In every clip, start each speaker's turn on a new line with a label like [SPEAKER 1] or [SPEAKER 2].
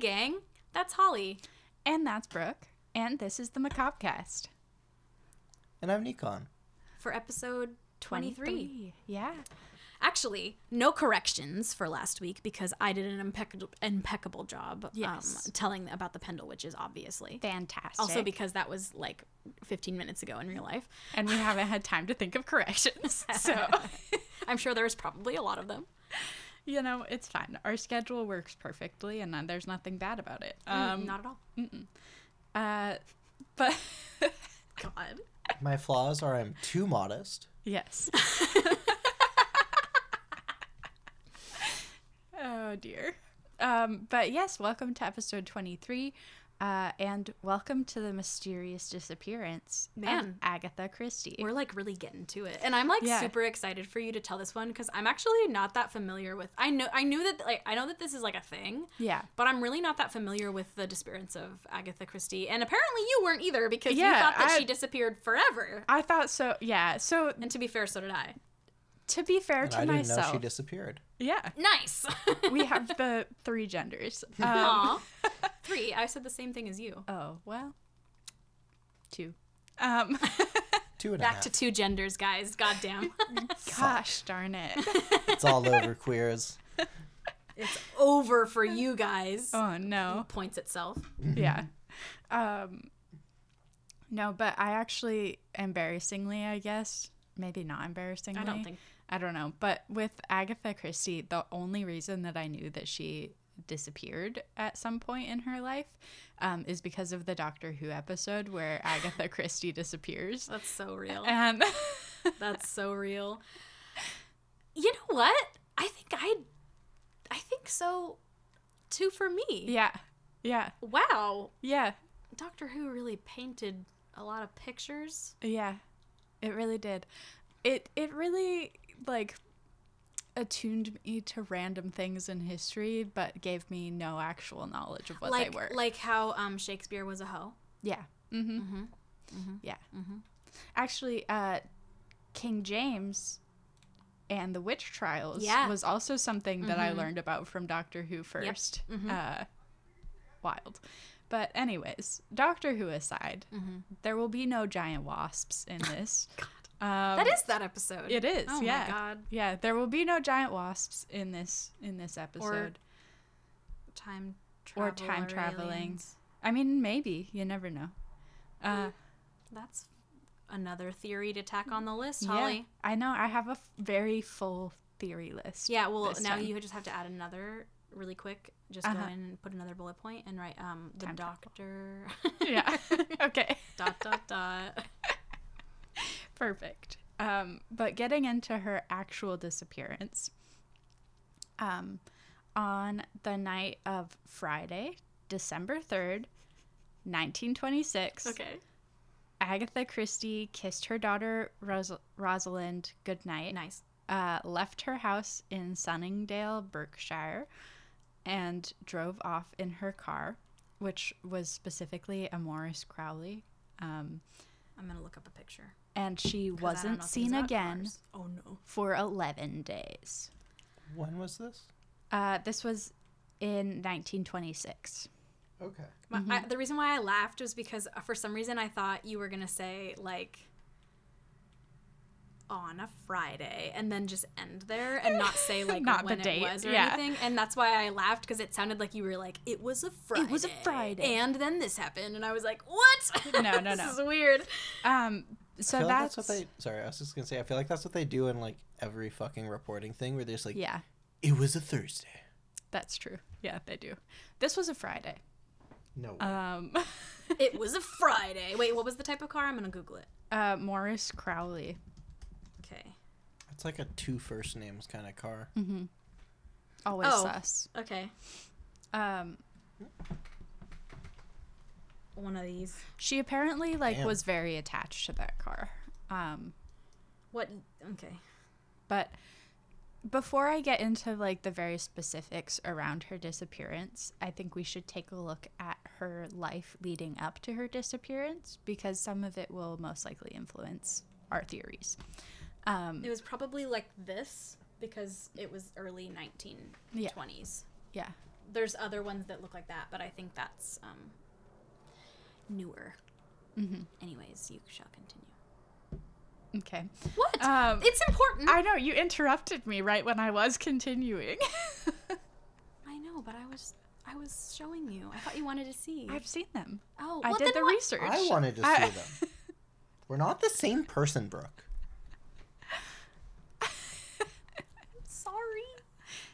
[SPEAKER 1] gang, that's Holly.
[SPEAKER 2] And that's Brooke. And this is the Macabcast.
[SPEAKER 3] And I'm Nikon.
[SPEAKER 1] For episode 23.
[SPEAKER 2] Yeah.
[SPEAKER 1] Actually, no corrections for last week because I did an impeccable, impeccable job
[SPEAKER 2] Yes.
[SPEAKER 1] um, telling about the Pendle Witches, obviously.
[SPEAKER 2] Fantastic.
[SPEAKER 1] Also, because that was like 15 minutes ago in real life.
[SPEAKER 2] And we haven't had time to think of corrections. So,
[SPEAKER 1] I'm sure there's probably a lot of them.
[SPEAKER 2] you know, it's fine. Our schedule works perfectly and uh, there's nothing bad about it. Um,
[SPEAKER 1] Mm, Not at all.
[SPEAKER 2] uh, but
[SPEAKER 1] God.
[SPEAKER 3] My flaws are I'm too modest.
[SPEAKER 2] yes. oh, dear. Um, but yes, welcome to episode 23. Uh, and welcome to the mysterious disappearance of
[SPEAKER 1] Man.
[SPEAKER 2] Agatha Christie.
[SPEAKER 1] We're like really getting to it. And I'm like
[SPEAKER 2] Yeah.
[SPEAKER 1] super excited for you to tell this one because I'm actually not that familiar with I know I knew that like I know that this is like a thing.
[SPEAKER 2] yeah.
[SPEAKER 1] But I'm really not that familiar with the disappearance of Agatha Christie. And apparently you weren't either because you
[SPEAKER 2] Yeah,
[SPEAKER 1] thought that
[SPEAKER 2] I-
[SPEAKER 1] she disappeared forever.
[SPEAKER 2] I thought so. Yeah. So
[SPEAKER 1] And to be fair, so did I.
[SPEAKER 2] to be fair
[SPEAKER 3] And
[SPEAKER 2] to
[SPEAKER 3] I didn't know
[SPEAKER 2] myself,
[SPEAKER 3] she disappeared.
[SPEAKER 2] yeah,
[SPEAKER 1] Nice.
[SPEAKER 2] we have the three genders. Um,
[SPEAKER 1] Aw. Three. I said the same thing as you.
[SPEAKER 2] oh well, two. Um,
[SPEAKER 3] Two and a half.
[SPEAKER 1] Back to two genders, guys. Goddamn.
[SPEAKER 2] gosh darn it.
[SPEAKER 3] It's all over queers.
[SPEAKER 1] it's over for you guys.
[SPEAKER 2] Oh no.
[SPEAKER 1] Points itself.
[SPEAKER 2] Yeah. Um, no, but I actually embarrassingly, I guess maybe not embarrassingly.
[SPEAKER 1] I don't think.
[SPEAKER 2] I don't know. But with Agatha Christie, the only reason that I knew that she disappeared at some point in her life um, is because of the Doctor Who episode where Agatha Christie disappears.
[SPEAKER 1] That's so real.
[SPEAKER 2] And uh.
[SPEAKER 1] That's so real. You know what? I think I I think so too for me.
[SPEAKER 2] yeah, yeah,
[SPEAKER 1] Wow.
[SPEAKER 2] yeah,
[SPEAKER 1] Doctor Who really painted a lot of pictures.
[SPEAKER 2] yeah. It really did. It it really like attuned me to random things in history, but gave me no actual knowledge of what
[SPEAKER 1] like
[SPEAKER 2] they were.
[SPEAKER 1] like how um Shakespeare was a hoe.
[SPEAKER 2] Yeah. Mm-hmm. Yeah.
[SPEAKER 1] Mm-hmm.
[SPEAKER 2] Actually, uh, King James and the witch trials
[SPEAKER 1] Yeah.
[SPEAKER 2] was also something that I learned about from Doctor Who 1st
[SPEAKER 1] Mm-hmm.
[SPEAKER 2] Uh, wild. But anyways, Doctor Who aside,
[SPEAKER 1] Mm-hmm.
[SPEAKER 2] there will be no giant wasps in this. Um,
[SPEAKER 1] That is that episode.
[SPEAKER 2] It is.
[SPEAKER 1] Oh my
[SPEAKER 2] yeah.
[SPEAKER 1] God.
[SPEAKER 2] Yeah. There will be no giant wasps in this in this episode.
[SPEAKER 1] time travel
[SPEAKER 2] Or time traveling.
[SPEAKER 1] aliens.
[SPEAKER 2] I mean, maybe you never know. Uh,
[SPEAKER 1] That's another theory to tack on the list,
[SPEAKER 2] Yeah,
[SPEAKER 1] Holly.
[SPEAKER 2] I know. I have a f- very full theory list.
[SPEAKER 1] Yeah, well,
[SPEAKER 2] this
[SPEAKER 1] now
[SPEAKER 2] time.
[SPEAKER 1] you just have to add another really quick. Just go
[SPEAKER 2] Uh-huh.
[SPEAKER 1] in and put another bullet point and write um the
[SPEAKER 2] Time travel.
[SPEAKER 1] doctor
[SPEAKER 2] yeah. okay.
[SPEAKER 1] dot dot dot.
[SPEAKER 2] Perfect. Um, but getting into her actual disappearance, um, on the night of Friday, December third, nineteen twenty six.
[SPEAKER 1] Okay.
[SPEAKER 2] Agatha Christie kissed her daughter Ros- Rosalind goodnight.
[SPEAKER 1] Nice.
[SPEAKER 2] uh, left her house in Sunningdale, Berkshire, and drove off in her car, which was specifically a Morris Crowley. Um,
[SPEAKER 1] I'm gonna look up a picture. 'cause
[SPEAKER 2] and she
[SPEAKER 1] I don't know
[SPEAKER 2] wasn't
[SPEAKER 1] things
[SPEAKER 2] seen
[SPEAKER 1] about
[SPEAKER 2] again
[SPEAKER 1] cars. Oh no.
[SPEAKER 2] for 11 days.
[SPEAKER 3] When was this?
[SPEAKER 2] Uh, this was in 1926.
[SPEAKER 3] Okay.
[SPEAKER 1] My, I,
[SPEAKER 2] Mm-hmm.
[SPEAKER 1] the reason why I laughed was because uh, for some reason I thought you were gonna say like on a Friday and then just end there and not say like
[SPEAKER 2] Not
[SPEAKER 1] when
[SPEAKER 2] the date,
[SPEAKER 1] it was or
[SPEAKER 2] yeah.
[SPEAKER 1] anything. And that's why I laughed because it sounded like you were like it was a Friday.
[SPEAKER 2] was a Friday.
[SPEAKER 1] And then this happened, and I was like, what?
[SPEAKER 2] No, no,
[SPEAKER 1] this
[SPEAKER 2] no.
[SPEAKER 1] is weird.
[SPEAKER 2] Um,
[SPEAKER 3] I
[SPEAKER 2] so
[SPEAKER 3] feel like that's
[SPEAKER 2] that's,
[SPEAKER 3] what they. Sorry, I was just gonna say. I feel like that's what they do in like every fucking reporting thing, where they're just like,
[SPEAKER 2] yeah,
[SPEAKER 3] "It was a Thursday."
[SPEAKER 2] that's true. Yeah, they do. This was a Friday.
[SPEAKER 3] No. way.
[SPEAKER 2] Um,
[SPEAKER 1] It was a Friday. Wait, what was the type of car? I'm gonna Google it.
[SPEAKER 2] uh, Morris Crowley.
[SPEAKER 1] Okay.
[SPEAKER 3] it's like a two first names kind of car.
[SPEAKER 2] Mm-hmm. Always
[SPEAKER 1] Oh.
[SPEAKER 2] sus.
[SPEAKER 1] Okay.
[SPEAKER 2] Um,
[SPEAKER 1] One of these.
[SPEAKER 2] She apparently like
[SPEAKER 3] Damn.
[SPEAKER 2] was very attached to that car. Um,
[SPEAKER 1] What? Okay.
[SPEAKER 2] but before I get into like the very specifics around her disappearance, I think we should take a look at her life leading up to her disappearance because some of it will most likely influence our theories. Um,
[SPEAKER 1] It was probably like this because it was early 1920s.
[SPEAKER 2] Yeah. yeah.
[SPEAKER 1] there's other ones that look like that, but I think that's um, newer.
[SPEAKER 2] Mm-hmm.
[SPEAKER 1] Anyways, you shall continue.
[SPEAKER 2] Okay.
[SPEAKER 1] What?
[SPEAKER 2] Um,
[SPEAKER 1] it's important. I,
[SPEAKER 2] I know you interrupted me right when I was continuing.
[SPEAKER 1] know, but I was I was showing you. I thought you wanted to see.
[SPEAKER 2] I've seen them.
[SPEAKER 1] oh,
[SPEAKER 2] I
[SPEAKER 1] well,
[SPEAKER 2] did
[SPEAKER 1] then
[SPEAKER 2] the
[SPEAKER 1] what-
[SPEAKER 2] research.
[SPEAKER 3] I wanted to see
[SPEAKER 2] I-
[SPEAKER 3] them. We're not the same person, Brooke.
[SPEAKER 1] Sorry,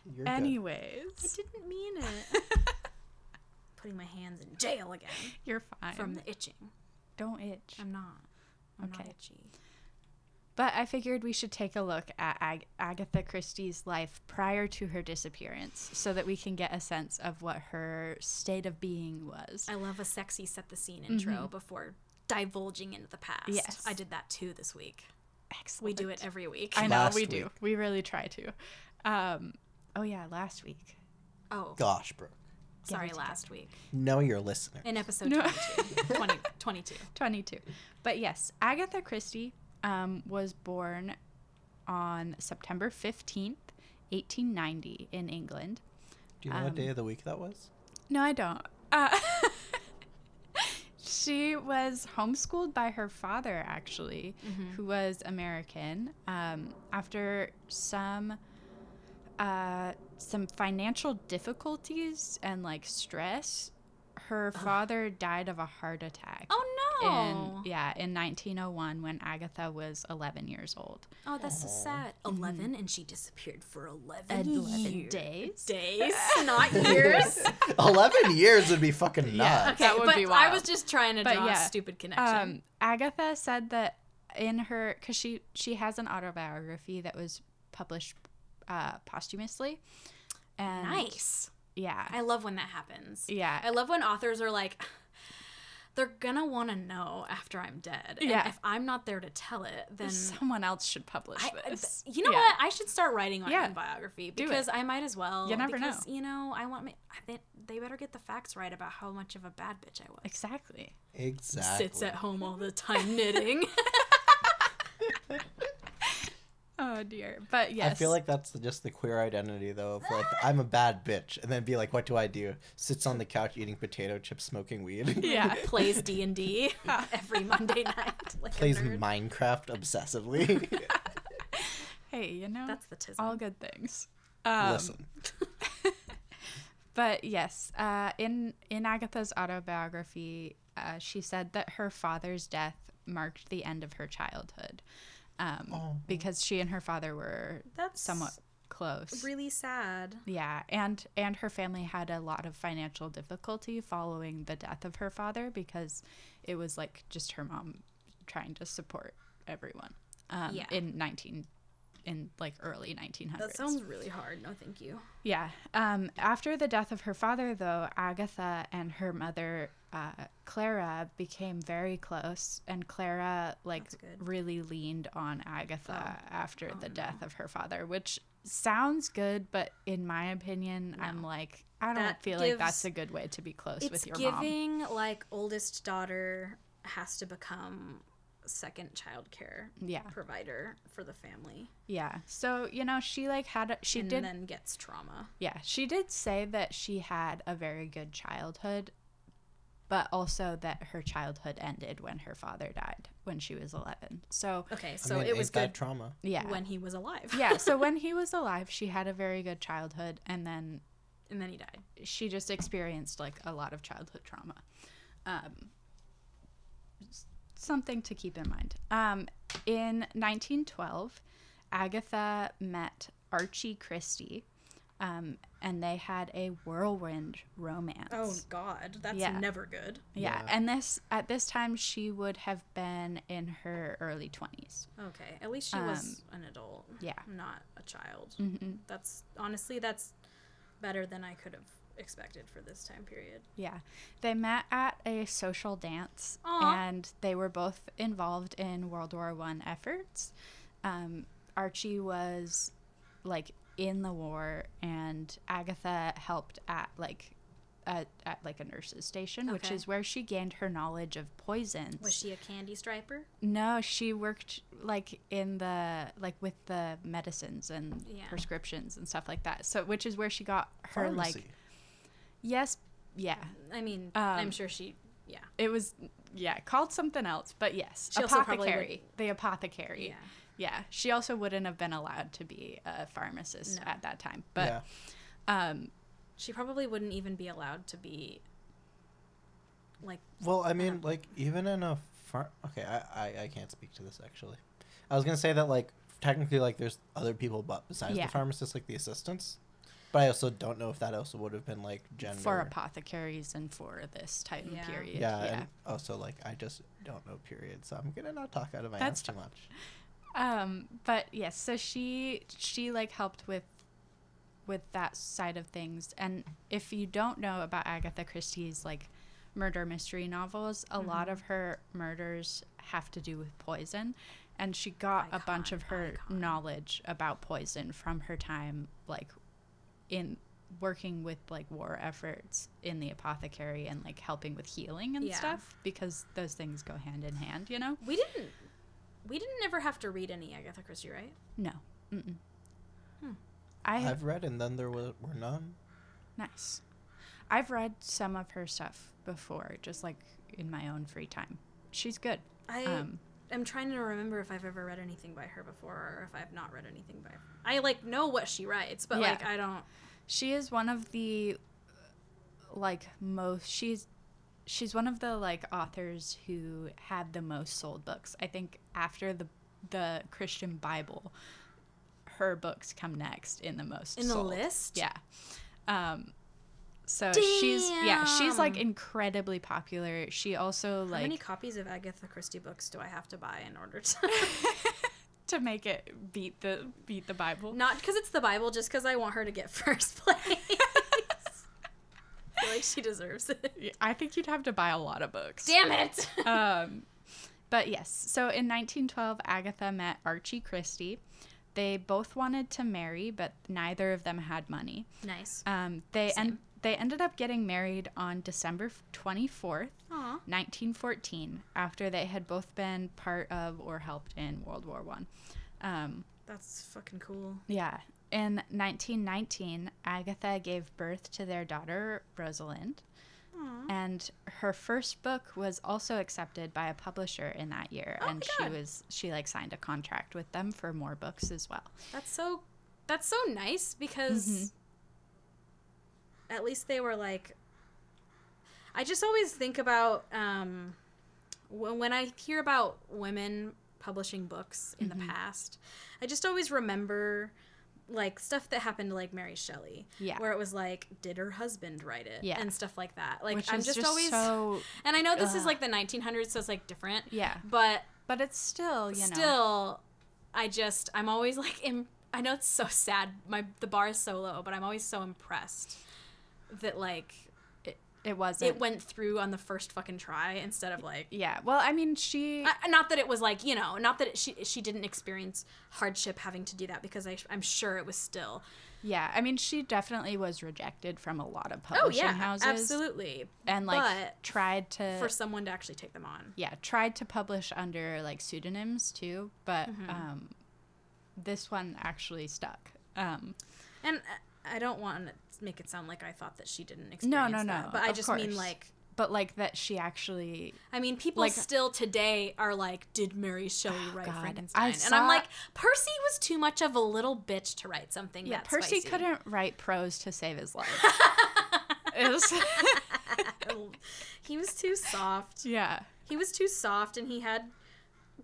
[SPEAKER 3] You're good.
[SPEAKER 1] I
[SPEAKER 2] Anyways,
[SPEAKER 1] didn't mean it. Putting my hands in jail again
[SPEAKER 2] you're fine.
[SPEAKER 1] from the itching.
[SPEAKER 2] Don't itch.
[SPEAKER 1] I'm not. I'm not
[SPEAKER 2] Okay.
[SPEAKER 1] itchy.
[SPEAKER 2] But I figured we should take a look at Ag- Agatha Christie's life prior to her disappearance so that we can get a sense of what her state of being was.
[SPEAKER 1] I love a sexy set the scene intro before divulging into the past.
[SPEAKER 2] Mm-hmm. Yes.
[SPEAKER 1] I did that too this week.
[SPEAKER 2] Excellent.
[SPEAKER 1] We do it every week.
[SPEAKER 2] I know,
[SPEAKER 3] Last
[SPEAKER 2] we do.
[SPEAKER 3] week.
[SPEAKER 2] We really try to. Um, oh, yeah, last week.
[SPEAKER 1] oh,
[SPEAKER 3] Gosh, Brooke.
[SPEAKER 1] sorry,
[SPEAKER 2] it
[SPEAKER 1] last week.
[SPEAKER 3] Know your listener.
[SPEAKER 1] In episode
[SPEAKER 2] No.
[SPEAKER 1] 22. 20, 22.
[SPEAKER 2] 22. But yes, Agatha Christie um, was born on September 15th, 1890, in England.
[SPEAKER 3] Do you know
[SPEAKER 2] um,
[SPEAKER 3] what day of the week that was?
[SPEAKER 2] No, I don't. Uh, she was homeschooled by her father, actually, who was American. Um, after some uh, some financial difficulties and like stress, her father died of a heart attack.
[SPEAKER 1] Oh no.
[SPEAKER 2] In, yeah, in 1901 when Agatha was 11 years old.
[SPEAKER 1] Oh, that's so sad. 11 and she disappeared for 11,
[SPEAKER 2] 11
[SPEAKER 1] year-
[SPEAKER 2] days.
[SPEAKER 1] Days, not years.
[SPEAKER 3] Eleven years would be fucking
[SPEAKER 2] Yeah.
[SPEAKER 3] nuts.
[SPEAKER 1] Okay,
[SPEAKER 2] would
[SPEAKER 1] but
[SPEAKER 2] be
[SPEAKER 1] I
[SPEAKER 2] wild.
[SPEAKER 1] was just trying to
[SPEAKER 2] But
[SPEAKER 1] draw
[SPEAKER 2] yeah,
[SPEAKER 1] a stupid connection.
[SPEAKER 2] Um, Agatha said that in her, because she she has an autobiography that was published uh, posthumously. And
[SPEAKER 1] nice.
[SPEAKER 2] Yeah.
[SPEAKER 1] I love when that happens.
[SPEAKER 2] yeah.
[SPEAKER 1] I love when authors are like, they're gonna want to know after I'm dead. And
[SPEAKER 2] Yeah.
[SPEAKER 1] if I'm not there to tell it, then
[SPEAKER 2] Someone else should publish
[SPEAKER 1] I,
[SPEAKER 2] this.
[SPEAKER 1] th- you know
[SPEAKER 2] Yeah.
[SPEAKER 1] what? I should start writing my
[SPEAKER 2] Yeah.
[SPEAKER 1] own biography
[SPEAKER 2] Do it.
[SPEAKER 1] because I might as well.
[SPEAKER 2] You never
[SPEAKER 1] because, You know, I want me. I think they better get the facts right about how much of a bad bitch I was.
[SPEAKER 2] Exactly.
[SPEAKER 3] Exactly.
[SPEAKER 1] Sits at home all the time knitting.
[SPEAKER 2] Oh dear. But yes.
[SPEAKER 3] I feel like that's just the queer identity though of like I'm a bad bitch and then be like what do I do? Sits on the couch eating potato chips, smoking weed,
[SPEAKER 2] Yeah.
[SPEAKER 1] plays D and D every Monday night. Like
[SPEAKER 3] plays
[SPEAKER 1] a nerd.
[SPEAKER 3] Minecraft obsessively.
[SPEAKER 2] hey, you know.
[SPEAKER 1] That's the tism.
[SPEAKER 2] all good things. Um,
[SPEAKER 3] Listen,
[SPEAKER 2] But yes, uh, in in Agatha's autobiography, uh, she said that her father's death marked the end of her childhood, um,
[SPEAKER 3] Oh.
[SPEAKER 2] because she and her father were
[SPEAKER 1] That's
[SPEAKER 2] somewhat close.
[SPEAKER 1] really sad.
[SPEAKER 2] yeah, and and her family had a lot of financial difficulty following the death of her father because it was like just her mom trying to support everyone. Um,
[SPEAKER 1] Yeah.
[SPEAKER 2] in nineteen, in like early nineteen hundreds.
[SPEAKER 1] That sounds really hard. No, thank you.
[SPEAKER 2] Yeah. Um, after the death of her father, though, Agatha and her mother, uh, Clara, became very close, and Clara like
[SPEAKER 1] That's good. Oh,
[SPEAKER 2] really leaned on Agatha after the death of her father, which sounds good, but in my opinion, I'm like, I don't
[SPEAKER 1] That
[SPEAKER 2] feel like
[SPEAKER 1] gives-
[SPEAKER 2] that's a good way to be close
[SPEAKER 1] It's
[SPEAKER 2] with your mom.
[SPEAKER 1] giving like oldest daughter has to become second childcare
[SPEAKER 2] Yeah.
[SPEAKER 1] provider for the family
[SPEAKER 2] Yeah. So you know, she like had a, she
[SPEAKER 1] and
[SPEAKER 2] did
[SPEAKER 1] then gets trauma.
[SPEAKER 2] Yeah, she did say that she had a very good childhood, but also that her childhood ended when her father died when she was 11. So,
[SPEAKER 1] Okay,
[SPEAKER 3] I
[SPEAKER 1] so
[SPEAKER 3] mean,
[SPEAKER 1] it was
[SPEAKER 3] ain't that
[SPEAKER 1] good
[SPEAKER 3] trauma.
[SPEAKER 2] yeah.
[SPEAKER 1] when he was alive.
[SPEAKER 2] yeah, so when he was alive, she had a very good childhood and then
[SPEAKER 1] and then he died.
[SPEAKER 2] she just experienced like a lot of childhood trauma. Um, s- something to keep in mind. Um, in 1912, Agatha met Archie Christie, um, and they had a whirlwind romance.
[SPEAKER 1] Oh, God, that's
[SPEAKER 2] Yeah.
[SPEAKER 1] never good.
[SPEAKER 2] yeah.
[SPEAKER 3] Yeah.
[SPEAKER 2] And this at this time, she would have been in her early 20s.
[SPEAKER 1] Okay, at least she was an adult,
[SPEAKER 2] Yeah, Mm-hmm.
[SPEAKER 1] not a child. That's honestly that's better than I could have expected for this time period.
[SPEAKER 2] yeah. They met at a social dance,
[SPEAKER 1] Aw.
[SPEAKER 2] and they were both involved in World War One efforts. Um, Archie was like in the war, and Agatha helped at like. At, at like a nurse's station, which
[SPEAKER 1] Okay.
[SPEAKER 2] is where she gained her knowledge of poisons.
[SPEAKER 1] Was she a candy striper?
[SPEAKER 2] No, she worked like in the like with the medicines and
[SPEAKER 1] Yeah.
[SPEAKER 2] prescriptions and stuff like that. So which is where she got her like
[SPEAKER 3] Pharmacy.
[SPEAKER 2] Yes, yeah.
[SPEAKER 1] I mean,
[SPEAKER 2] Um,
[SPEAKER 1] I'm sure she. Yeah.
[SPEAKER 2] It was yeah, called something else, but yes,
[SPEAKER 1] She also probably
[SPEAKER 2] apothecary. The apothecary.
[SPEAKER 1] Yeah.
[SPEAKER 2] Yeah, she also wouldn't have been allowed to be a pharmacist
[SPEAKER 1] No.
[SPEAKER 2] at that time. But um
[SPEAKER 1] She probably wouldn't even be allowed to be. Like
[SPEAKER 3] Well, I
[SPEAKER 2] um,
[SPEAKER 3] mean, like even in a farm. Okay, I, I I can't speak to this actually. I was gonna say that like technically like there's other people but besides
[SPEAKER 2] Yeah.
[SPEAKER 3] the pharmacist like the assistants, but I also don't know if that also would have been like gender.
[SPEAKER 2] for apothecaries and for this time
[SPEAKER 1] Yeah.
[SPEAKER 2] period.
[SPEAKER 3] yeah,
[SPEAKER 2] Yeah.
[SPEAKER 3] and also like I just don't know. Period. So I'm gonna not talk out of my
[SPEAKER 2] That's
[SPEAKER 3] ass too much.
[SPEAKER 2] Um but yes, so she she like helped with with that side of things. And if you don't know about Agatha Christie's like murder mystery novels, a lot of her murders have to do with poison. And she got a bunch
[SPEAKER 1] Icon,
[SPEAKER 2] of her
[SPEAKER 1] icon.
[SPEAKER 2] knowledge about poison from her time, like in working with like war efforts in the apothecary and like helping with healing and
[SPEAKER 1] Yeah.
[SPEAKER 2] stuff because those things go hand in hand, you know?
[SPEAKER 1] we didn't. We didn't ever have to read any Agatha Christie, right?
[SPEAKER 2] No. Mm-mm.
[SPEAKER 1] Hmm.
[SPEAKER 2] I have
[SPEAKER 3] I've read and then there were, were none.
[SPEAKER 2] Nice. I've read some of her stuff before, just like in my own free time. She's good.
[SPEAKER 1] I
[SPEAKER 2] Um,
[SPEAKER 1] am trying to remember if I've ever read anything by her before, or if I've not read anything by. her. I like know what she writes, but
[SPEAKER 2] Yeah.
[SPEAKER 1] like I don't.
[SPEAKER 2] She is one of the like most she's she's one of the like authors who had the most sold books. I think after the the Christian Bible, her books come next in the most
[SPEAKER 1] In the
[SPEAKER 2] sold.
[SPEAKER 1] list?
[SPEAKER 2] Yeah. Um so she's yeah, she's like
[SPEAKER 1] Damn.
[SPEAKER 2] incredibly popular. She also
[SPEAKER 1] How
[SPEAKER 2] like
[SPEAKER 1] many copies of Agatha Christie books do I have to buy in order to?
[SPEAKER 2] to make it beat the beat the Bible.
[SPEAKER 1] Not because it's the Bible, just because I want her to get first place. I feel like she deserves it.
[SPEAKER 2] Yeah, I think you'd have to buy a lot of books.
[SPEAKER 1] Damn it!
[SPEAKER 2] Um, but yes, so in 1912, Agatha met Archie Christie. They both wanted to marry, but neither of them had money.
[SPEAKER 1] nice.
[SPEAKER 2] Um, they en-
[SPEAKER 1] Same.
[SPEAKER 2] they ended up getting married on December 24th,
[SPEAKER 1] Aw.
[SPEAKER 2] 1914, after they had both been part of or helped in World War One. Um,
[SPEAKER 1] That's fucking cool.
[SPEAKER 2] Yeah. In 1919, Agatha gave birth to their daughter, Rosalind. And her first book was also accepted by a publisher in that year,
[SPEAKER 1] Oh my
[SPEAKER 2] and she
[SPEAKER 1] God.
[SPEAKER 2] was she like signed a contract with them for more books as well.
[SPEAKER 1] That's so that's so nice because
[SPEAKER 2] Mm-hmm.
[SPEAKER 1] at least they were like I just always think about um when, when I hear about women publishing books in
[SPEAKER 2] Mm-hmm.
[SPEAKER 1] the past, I just always remember like stuff that happened to like Mary Shelley,
[SPEAKER 2] Yeah.
[SPEAKER 1] where it was like, did her husband write it,
[SPEAKER 2] Yeah.
[SPEAKER 1] and stuff like that. Like
[SPEAKER 2] Which
[SPEAKER 1] I'm
[SPEAKER 2] is
[SPEAKER 1] just,
[SPEAKER 2] just
[SPEAKER 1] always,
[SPEAKER 2] so-
[SPEAKER 1] and I know this is
[SPEAKER 2] Ugh.
[SPEAKER 1] like the 1900s, so it's like different,
[SPEAKER 2] Yeah,
[SPEAKER 1] but
[SPEAKER 2] but it's still you know
[SPEAKER 1] still i just i'm always like Im- i know it's so sad my the bar is so low but i'm always so impressed that like
[SPEAKER 2] it, it wasn't.
[SPEAKER 1] it went through on the first fucking try instead of like
[SPEAKER 2] yeah, well, I mean, she
[SPEAKER 1] I- not that it was like you know not that it, she she didn't experience hardship having to do that because I, i'm sure it was still
[SPEAKER 2] yeah, I mean, she definitely was rejected from a lot of publishing houses,
[SPEAKER 1] absolutely
[SPEAKER 2] and like
[SPEAKER 1] Oh, But
[SPEAKER 2] tried to
[SPEAKER 1] for someone to actually take them on
[SPEAKER 2] yeah tried to publish under like pseudonyms too but um this one actually stuck um
[SPEAKER 1] and uh, I- i don't want to make it sound like i thought that she didn't experience
[SPEAKER 2] no no
[SPEAKER 1] that,
[SPEAKER 2] no
[SPEAKER 1] but i
[SPEAKER 2] of
[SPEAKER 1] just
[SPEAKER 2] course.
[SPEAKER 1] mean like
[SPEAKER 2] but like that she actually
[SPEAKER 1] I mean, people
[SPEAKER 2] Like- uh, Oh,
[SPEAKER 1] still today are like, "Did Mary Shelley write
[SPEAKER 2] God. I
[SPEAKER 1] Frankenstein?" And
[SPEAKER 2] saw-
[SPEAKER 1] I'm like, Percy was too much of a little bitch to write something.
[SPEAKER 2] yeah
[SPEAKER 1] that
[SPEAKER 2] percy
[SPEAKER 1] spicy.
[SPEAKER 2] couldn't write prose to save his life It was-
[SPEAKER 1] Oh, he was too soft.
[SPEAKER 2] yeah
[SPEAKER 1] He was too soft, and he had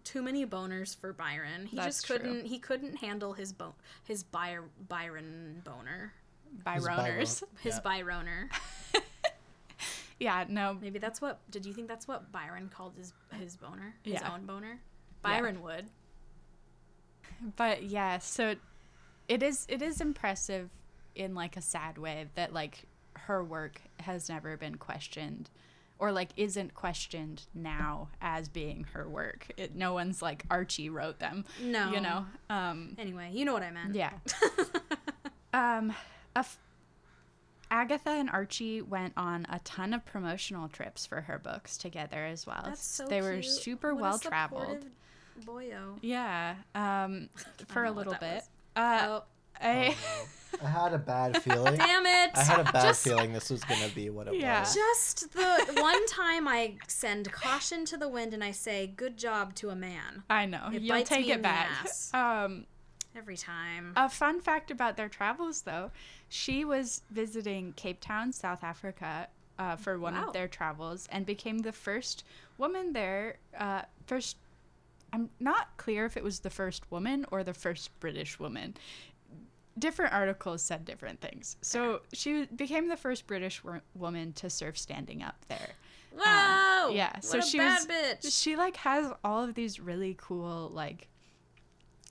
[SPEAKER 1] too many boners for Byron. He
[SPEAKER 2] That's
[SPEAKER 1] just
[SPEAKER 2] true.
[SPEAKER 1] couldn't. He couldn't handle his bone, his Byr- Byron boner,
[SPEAKER 3] His
[SPEAKER 2] byroners
[SPEAKER 3] Byron-
[SPEAKER 1] his
[SPEAKER 3] yeah.
[SPEAKER 1] Byroner.
[SPEAKER 2] yeah no
[SPEAKER 1] Maybe that's what. Did you think that's what Byron called his his boner? His
[SPEAKER 2] Yeah.
[SPEAKER 1] own boner. Byron would.
[SPEAKER 2] but yeah so it is it is impressive in like a sad way that like her work has never been questioned or like isn't questioned now as being her work it, no one's like archie wrote them
[SPEAKER 1] No.
[SPEAKER 2] you know um
[SPEAKER 1] Anyway, you know what I meant.
[SPEAKER 2] yeah um a f- agatha and archie went on a ton of promotional trips for her books together as well
[SPEAKER 1] That's so
[SPEAKER 2] they were
[SPEAKER 1] cute.
[SPEAKER 2] super
[SPEAKER 1] What a
[SPEAKER 2] well traveled
[SPEAKER 1] supportive Boyo.
[SPEAKER 2] yeah um for
[SPEAKER 1] know
[SPEAKER 2] a
[SPEAKER 1] what
[SPEAKER 2] little
[SPEAKER 1] that
[SPEAKER 2] bit
[SPEAKER 1] was.
[SPEAKER 2] uh
[SPEAKER 1] Oh,
[SPEAKER 2] I,
[SPEAKER 3] I had had a bad feeling.
[SPEAKER 1] Damn it!
[SPEAKER 3] I had a bad
[SPEAKER 1] Just-
[SPEAKER 3] feeling this was gonna be what it
[SPEAKER 2] Yeah.
[SPEAKER 3] was.
[SPEAKER 1] Just the one time I send caution to the wind and I say "good job" to a man
[SPEAKER 2] I know.
[SPEAKER 1] It
[SPEAKER 2] You'll
[SPEAKER 1] bites
[SPEAKER 2] take
[SPEAKER 1] me
[SPEAKER 2] it
[SPEAKER 1] in the
[SPEAKER 2] back.
[SPEAKER 1] ass.
[SPEAKER 2] Um,
[SPEAKER 1] every time.
[SPEAKER 2] a fun fact about their travels, though, she was visiting Cape Town, South Africa, uh, for one
[SPEAKER 1] Wow.
[SPEAKER 2] of their travels, and became the first woman there. Uh, first, I'm not clear if it was the first woman or the first British woman. Different articles said different things. So she became the first British wo- woman to surf standing up there.
[SPEAKER 1] Whoa!
[SPEAKER 2] um, yeah,
[SPEAKER 1] Oh, What
[SPEAKER 2] so
[SPEAKER 1] a
[SPEAKER 2] she
[SPEAKER 1] bad
[SPEAKER 2] was-
[SPEAKER 1] bitch.
[SPEAKER 2] She like has all of these really cool like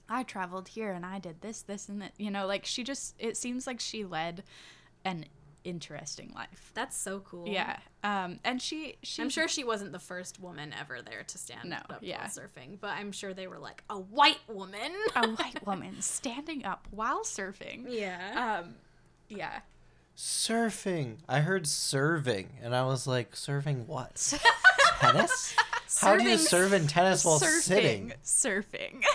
[SPEAKER 2] I traveled here and I did this this and that, you know, like she just it seems like she led an interesting life.
[SPEAKER 1] That's so cool.
[SPEAKER 2] Yeah. Um and she she
[SPEAKER 1] I'm sure she wasn't the first woman ever there to stand
[SPEAKER 2] No,
[SPEAKER 1] up
[SPEAKER 2] yeah.
[SPEAKER 1] while surfing, but I'm sure they were like a white woman.
[SPEAKER 2] a white woman standing up while surfing.
[SPEAKER 1] yeah.
[SPEAKER 2] Um yeah.
[SPEAKER 3] Surfing. I heard serving, and I was like, serving what? tennis? How do you
[SPEAKER 1] Serving-
[SPEAKER 3] serve in tennis while
[SPEAKER 2] surfing.
[SPEAKER 3] sitting?
[SPEAKER 2] Surfing.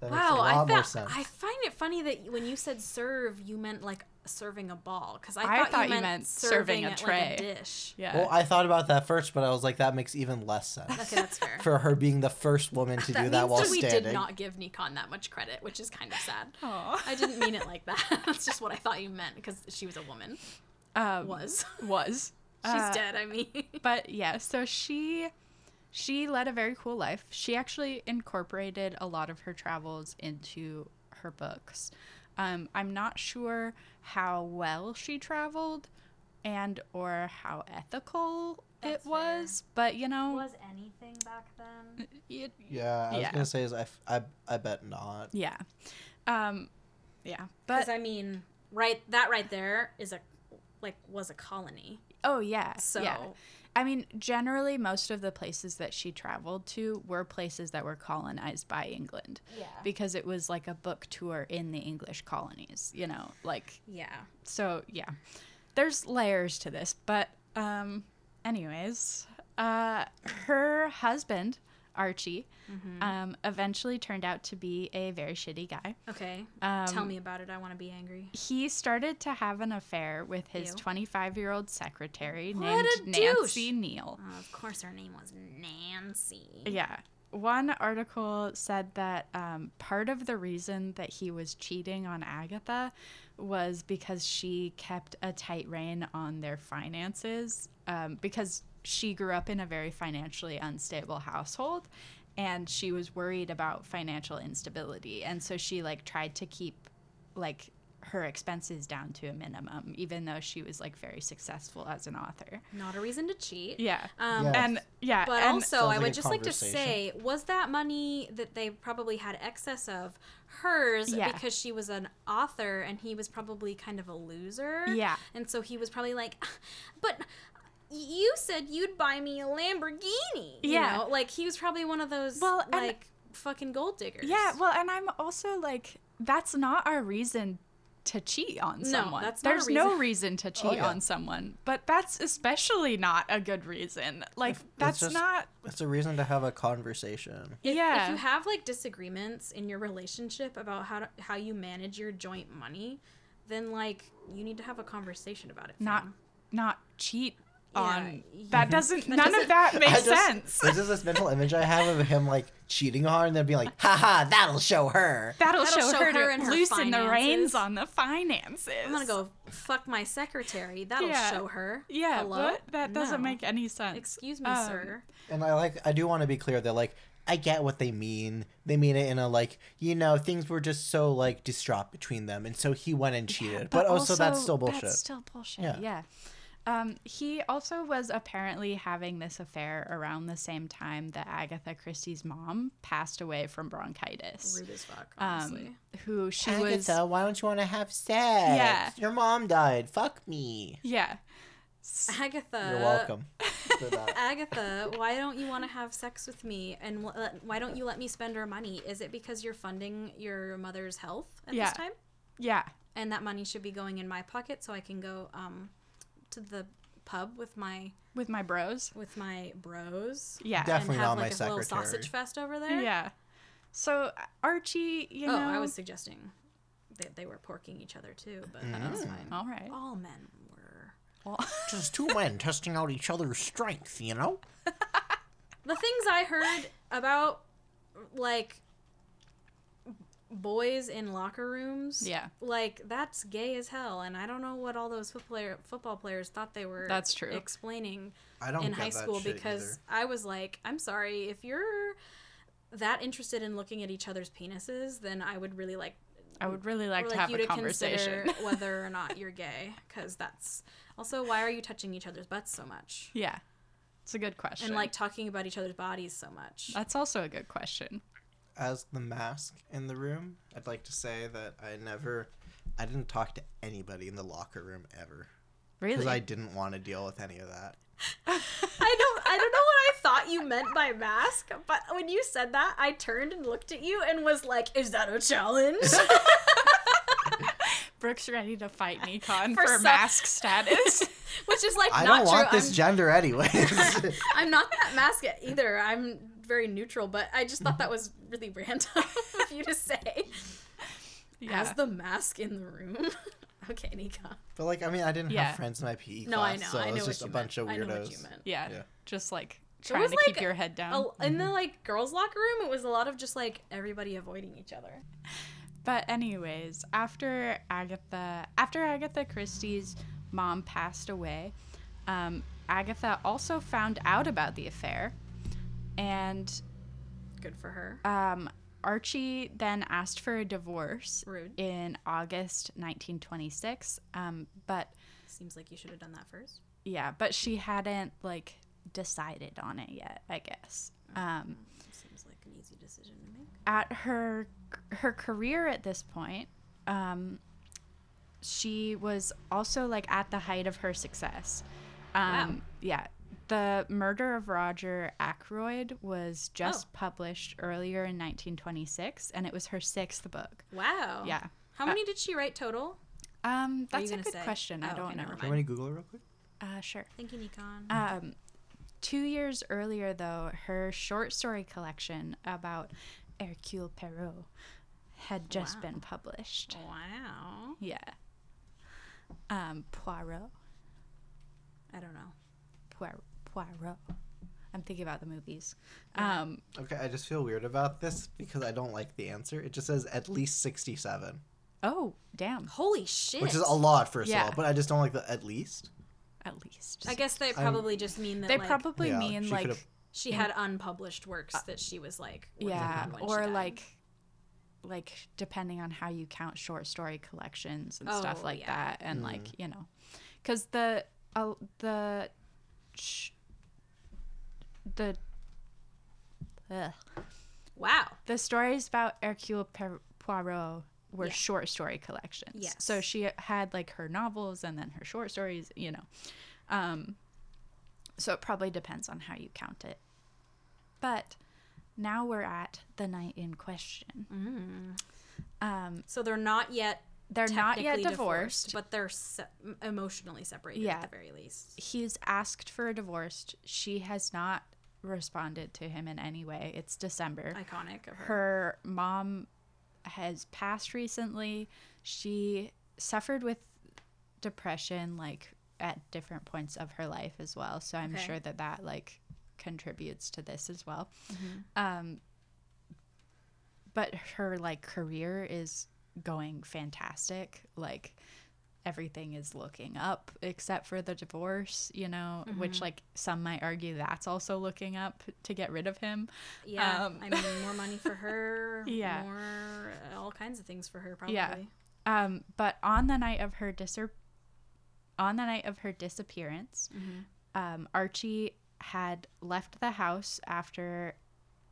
[SPEAKER 3] That makes a
[SPEAKER 1] Wow, I
[SPEAKER 3] lot more
[SPEAKER 1] thought
[SPEAKER 3] sense.
[SPEAKER 1] I find it funny that when you said serve, you meant like serving a ball because I,
[SPEAKER 2] I
[SPEAKER 1] thought,
[SPEAKER 2] thought
[SPEAKER 1] you meant, serving, a tray, like a dish.
[SPEAKER 2] yeah.
[SPEAKER 3] Well, I thought about that first, but I was like, that makes even less sense
[SPEAKER 1] Okay, that's fair.
[SPEAKER 3] for her being the first woman to
[SPEAKER 1] that
[SPEAKER 3] do
[SPEAKER 1] means
[SPEAKER 3] that while
[SPEAKER 1] that we did
[SPEAKER 3] standing.
[SPEAKER 1] not give Nikon that much credit, which is kind of sad.
[SPEAKER 2] Aw.
[SPEAKER 1] I didn't mean it like that. That's just what I thought you meant because she was a woman.
[SPEAKER 2] um,
[SPEAKER 1] Was
[SPEAKER 2] was.
[SPEAKER 1] she's
[SPEAKER 2] Uh,
[SPEAKER 1] dead? I mean,
[SPEAKER 2] but yeah so she she led a very cool life she actually incorporated a lot of her travels into her books um, i'm not sure how well she traveled and or how ethical
[SPEAKER 1] That's
[SPEAKER 2] it was but you know
[SPEAKER 1] anything back then?
[SPEAKER 2] it-
[SPEAKER 3] Yeah, I was
[SPEAKER 2] Yeah.
[SPEAKER 3] gonna say is I, f- I, I bet not.
[SPEAKER 2] yeah um, yeah
[SPEAKER 1] Because
[SPEAKER 2] but
[SPEAKER 1] I mean, right that right there is a like was a colony.
[SPEAKER 2] oh yeah
[SPEAKER 1] So
[SPEAKER 2] yeah I mean, generally, most of the places that she traveled to were places that were colonized by England.
[SPEAKER 1] yeah,
[SPEAKER 2] because it was like a book tour in the English colonies, you know, like so yeah. There's layers to this, but um anyways, uh her husband, Archie,
[SPEAKER 1] Mm-hmm.
[SPEAKER 2] um eventually turned out to be a very shitty guy.
[SPEAKER 1] Okay,
[SPEAKER 2] Um
[SPEAKER 1] tell me about it. I want to be angry.
[SPEAKER 2] he started to have an affair with his
[SPEAKER 1] Ew.
[SPEAKER 2] 25-year-old secretary
[SPEAKER 1] What a
[SPEAKER 2] named
[SPEAKER 1] douche.
[SPEAKER 2] Nancy Neal.
[SPEAKER 1] Uh, of course, her name was Nancy.
[SPEAKER 2] Yeah. One article said that um, part of the reason that he was cheating on Agatha was because she kept a tight rein on their finances um, because she grew up in a very financially unstable household and she was worried about financial instability. And so she like tried to keep like her expenses down to a minimum, even though she was like very successful as an author.
[SPEAKER 1] Not a reason to cheat.
[SPEAKER 2] Yeah.
[SPEAKER 1] Um,
[SPEAKER 3] Yeah.
[SPEAKER 2] And yeah.
[SPEAKER 1] But
[SPEAKER 2] and-
[SPEAKER 1] also,
[SPEAKER 3] Sounds
[SPEAKER 1] I
[SPEAKER 3] like
[SPEAKER 1] would
[SPEAKER 3] a
[SPEAKER 1] just like to say,
[SPEAKER 3] conversation.
[SPEAKER 1] was that money that they probably had excess of hers
[SPEAKER 2] Yeah.
[SPEAKER 1] because she was an author and he was probably kind of a loser?
[SPEAKER 2] Yeah.
[SPEAKER 1] And so he was probably like, "Ah, but you said you'd buy me a Lamborghini. you
[SPEAKER 2] Yeah.
[SPEAKER 1] know? Like he was probably one of those,
[SPEAKER 2] Well, and-
[SPEAKER 1] like, fucking gold diggers.
[SPEAKER 2] Yeah, well, and I'm also like, that's not our reason to cheat on
[SPEAKER 1] No,
[SPEAKER 2] someone.
[SPEAKER 1] that's not Oh, a
[SPEAKER 2] There's no reason to cheat
[SPEAKER 3] yeah.
[SPEAKER 2] on someone, but that's especially not a good reason. Like, that's
[SPEAKER 3] just-
[SPEAKER 2] not.
[SPEAKER 3] It's a reason to have a conversation.
[SPEAKER 1] If,
[SPEAKER 2] yeah.
[SPEAKER 1] if you have like disagreements in your relationship about how to, how you manage your joint money, then like you need to have a conversation about it.
[SPEAKER 2] not
[SPEAKER 1] fam.
[SPEAKER 2] not cheat
[SPEAKER 1] Yeah,
[SPEAKER 2] on
[SPEAKER 1] you-
[SPEAKER 2] that doesn't none
[SPEAKER 1] doesn't-
[SPEAKER 2] of that
[SPEAKER 3] I
[SPEAKER 2] makes
[SPEAKER 3] just-
[SPEAKER 2] sense.
[SPEAKER 3] This is this mental image I have of him like cheating on her and then being like, haha, that'll show her.
[SPEAKER 2] That'll,
[SPEAKER 1] That'll
[SPEAKER 2] show, her, to
[SPEAKER 1] and her
[SPEAKER 2] loosen the
[SPEAKER 1] finances.
[SPEAKER 2] reins on the finances.
[SPEAKER 1] I'm gonna go fuck my secretary. That'll
[SPEAKER 2] Yeah.
[SPEAKER 1] show her.
[SPEAKER 2] Yeah,
[SPEAKER 1] Hello?
[SPEAKER 2] what? That doesn't
[SPEAKER 1] No.
[SPEAKER 2] make any sense.
[SPEAKER 1] Excuse me,
[SPEAKER 2] Um,
[SPEAKER 1] sir.
[SPEAKER 3] And I like I do want to be clear that like I get what they mean. They mean it in a like, you know, things were just so like distraught between them and so he went and cheated. but, also, that's still bullshit.
[SPEAKER 2] That's still bullshit. Yeah.
[SPEAKER 3] Yeah.
[SPEAKER 2] Um, he also was apparently having this affair around the same time that Agatha Christie's mom passed away from bronchitis.
[SPEAKER 1] Rude as fuck, honestly.
[SPEAKER 2] Um, who she was.
[SPEAKER 3] Agatha, why don't you want to have sex?
[SPEAKER 2] Yeah.
[SPEAKER 3] Your mom died. Fuck me.
[SPEAKER 2] Yeah.
[SPEAKER 1] Agatha.
[SPEAKER 3] You're welcome for that.
[SPEAKER 1] Agatha, why don't you want to have sex with me? And wh- let- why don't you let me spend her money? Is it because you're funding your mother's health at
[SPEAKER 2] Yeah.
[SPEAKER 1] this time?
[SPEAKER 2] Yeah.
[SPEAKER 1] And that money should be going in my pocket so I can go um, to the pub with my
[SPEAKER 2] With my bros.
[SPEAKER 1] with my bros
[SPEAKER 2] Yeah.
[SPEAKER 3] Definitely
[SPEAKER 1] and have
[SPEAKER 3] not
[SPEAKER 1] like
[SPEAKER 3] my
[SPEAKER 1] a little
[SPEAKER 3] secretary.
[SPEAKER 1] sausage fest over there.
[SPEAKER 2] Yeah. So Archie, you
[SPEAKER 1] Oh,
[SPEAKER 2] know.
[SPEAKER 1] I was suggesting they, they were porking each other too, but that's
[SPEAKER 3] Mm.
[SPEAKER 1] fine.
[SPEAKER 2] All right.
[SPEAKER 1] All men were.
[SPEAKER 2] Well,
[SPEAKER 3] Just two men testing out each other's strength, you know?
[SPEAKER 1] The things I heard about like boys in locker rooms.
[SPEAKER 2] Yeah.
[SPEAKER 1] Like that's gay as hell and I don't know what all those football player, football players thought they were
[SPEAKER 2] That's true.
[SPEAKER 1] explaining
[SPEAKER 3] I don't
[SPEAKER 1] in
[SPEAKER 3] get
[SPEAKER 1] high
[SPEAKER 3] that
[SPEAKER 1] school
[SPEAKER 3] shit
[SPEAKER 1] because I was like, I'm sorry, if you're that interested in looking at each other's penises, then I would really like
[SPEAKER 2] I would really like
[SPEAKER 1] or,
[SPEAKER 2] to
[SPEAKER 1] like
[SPEAKER 2] have
[SPEAKER 1] you
[SPEAKER 2] a
[SPEAKER 1] to
[SPEAKER 2] conversation.
[SPEAKER 1] consider whether or not you're gay because that's also why are you touching each other's butts so much
[SPEAKER 2] yeah. It's a good question.
[SPEAKER 1] and like talking about each other's bodies so much
[SPEAKER 2] that's also a good question.
[SPEAKER 3] as the mask in the room, I'd like to say that I never, I didn't talk to anybody in the locker room ever because
[SPEAKER 2] Really?
[SPEAKER 3] I didn't want to deal with any of that.
[SPEAKER 1] i don't i don't know what i thought you meant by mask but when you said that i turned and looked at you and was like is that a challenge
[SPEAKER 2] Brooke's ready to fight Nikon
[SPEAKER 1] For
[SPEAKER 2] for,
[SPEAKER 1] so-
[SPEAKER 2] mask status.
[SPEAKER 1] which is like
[SPEAKER 3] I
[SPEAKER 1] not
[SPEAKER 3] don't
[SPEAKER 1] true
[SPEAKER 3] want this
[SPEAKER 1] I'm,
[SPEAKER 3] gender anyways.
[SPEAKER 1] I'm not that mask either i'm very neutral but i just thought that was really random of you to say
[SPEAKER 2] yeah.
[SPEAKER 1] as the mask in the room okay nika
[SPEAKER 3] but like, I mean, I didn't
[SPEAKER 2] Yeah.
[SPEAKER 3] have friends in my PE class,
[SPEAKER 1] no i know
[SPEAKER 3] so
[SPEAKER 1] i
[SPEAKER 3] it
[SPEAKER 1] know
[SPEAKER 3] was
[SPEAKER 1] what
[SPEAKER 3] just
[SPEAKER 1] you
[SPEAKER 3] a bunch
[SPEAKER 1] meant.
[SPEAKER 3] of weirdos.
[SPEAKER 1] I know what you meant.
[SPEAKER 2] yeah.
[SPEAKER 3] Yeah.
[SPEAKER 2] Just like
[SPEAKER 1] There
[SPEAKER 2] trying
[SPEAKER 1] was,
[SPEAKER 2] to keep
[SPEAKER 1] like,
[SPEAKER 2] your head down.
[SPEAKER 1] a, in the like girls locker room it was a lot of just like everybody avoiding each other
[SPEAKER 2] But anyways, after Agatha, after Agatha Christie's mom passed away, um, Agatha also found out about the affair, and
[SPEAKER 1] good for her
[SPEAKER 2] um, Archie then asked for a divorce
[SPEAKER 1] rude
[SPEAKER 2] in August 1926. Um, but
[SPEAKER 1] seems like you should have done that first
[SPEAKER 2] yeah, but she hadn't like decided on it yet, I guess. Um,
[SPEAKER 1] seems like an easy decision to make
[SPEAKER 2] at her her career at this point, um, she was also like at the height of her success. Um,
[SPEAKER 1] Wow.
[SPEAKER 2] Yeah, the murder of Roger Ackroyd was just
[SPEAKER 1] Oh.
[SPEAKER 2] published earlier in 1926, and it was her sixth book.
[SPEAKER 1] wow
[SPEAKER 2] Yeah. Uh,
[SPEAKER 1] how many did she write total
[SPEAKER 2] Um,
[SPEAKER 1] Oh. Were you
[SPEAKER 2] that's a
[SPEAKER 1] gonna
[SPEAKER 2] good
[SPEAKER 1] say-
[SPEAKER 2] question. I
[SPEAKER 1] Oh,
[SPEAKER 2] don't
[SPEAKER 1] okay, never
[SPEAKER 2] know.
[SPEAKER 1] mind.
[SPEAKER 3] Can we Google it real quick?
[SPEAKER 2] Uh, sure.
[SPEAKER 1] thank you nikon
[SPEAKER 2] Um, two years earlier, though, her short story collection about Hercule Poirot had just
[SPEAKER 1] Wow.
[SPEAKER 2] been published.
[SPEAKER 1] wow
[SPEAKER 2] Yeah. Um, Poirot.
[SPEAKER 1] i don't know
[SPEAKER 2] Poirot. Poirot. I'm thinking about the movies.
[SPEAKER 1] Yeah.
[SPEAKER 2] Um,
[SPEAKER 3] Okay, I just feel weird about this because I don't like the answer. It just says at least 67,
[SPEAKER 2] oh, damn.
[SPEAKER 1] holy shit
[SPEAKER 3] which is a lot, first
[SPEAKER 2] Yeah.
[SPEAKER 3] of all, but I just don't like the at least.
[SPEAKER 2] At least.
[SPEAKER 1] i guess they probably just mean that
[SPEAKER 2] they
[SPEAKER 1] like,
[SPEAKER 2] probably
[SPEAKER 3] Yeah,
[SPEAKER 2] mean
[SPEAKER 3] she
[SPEAKER 2] like,
[SPEAKER 3] could've-
[SPEAKER 1] she had unpublished works that she was like working
[SPEAKER 2] Uh, yeah,
[SPEAKER 1] on when she
[SPEAKER 2] or
[SPEAKER 1] died.
[SPEAKER 2] like, like depending on how you count short story collections and
[SPEAKER 1] Oh,
[SPEAKER 2] stuff like
[SPEAKER 1] yeah.
[SPEAKER 2] that, and
[SPEAKER 3] Mm.
[SPEAKER 2] like you know, because the uh, the sh- the ugh.
[SPEAKER 1] wow
[SPEAKER 2] the stories about Hercule Per- Poirot were
[SPEAKER 1] Yeah.
[SPEAKER 2] short story collections.
[SPEAKER 1] Yes.
[SPEAKER 2] So she had like her novels and then her short stories, you know. Um, so it probably depends on how you count it. But now we're at the night in question.
[SPEAKER 1] Mm,
[SPEAKER 2] Um,
[SPEAKER 1] so they're not yet
[SPEAKER 2] they're not yet
[SPEAKER 1] technically
[SPEAKER 2] divorced.
[SPEAKER 1] but they're se- emotionally separated
[SPEAKER 2] Yeah.
[SPEAKER 1] at the very least
[SPEAKER 2] He's asked for a divorce. She has not responded to him in any way. It's December.
[SPEAKER 1] iconic of her
[SPEAKER 2] her mom has passed recently. She suffered with depression like at different points of her life as well. So I'm
[SPEAKER 1] Okay.
[SPEAKER 2] sure that that like contributes to this as well. Um but her like career is going fantastic. Like everything is looking up except for the divorce, you know, which like some might argue that's also looking up to get rid of him.
[SPEAKER 1] Yeah,
[SPEAKER 2] Um,
[SPEAKER 1] I mean, more money for her.
[SPEAKER 2] Yeah.
[SPEAKER 1] more uh, all kinds of things for her. Probably.
[SPEAKER 2] Yeah. Um, but on the night of her dis- on the night of her disappearance, um, Archie had left the house after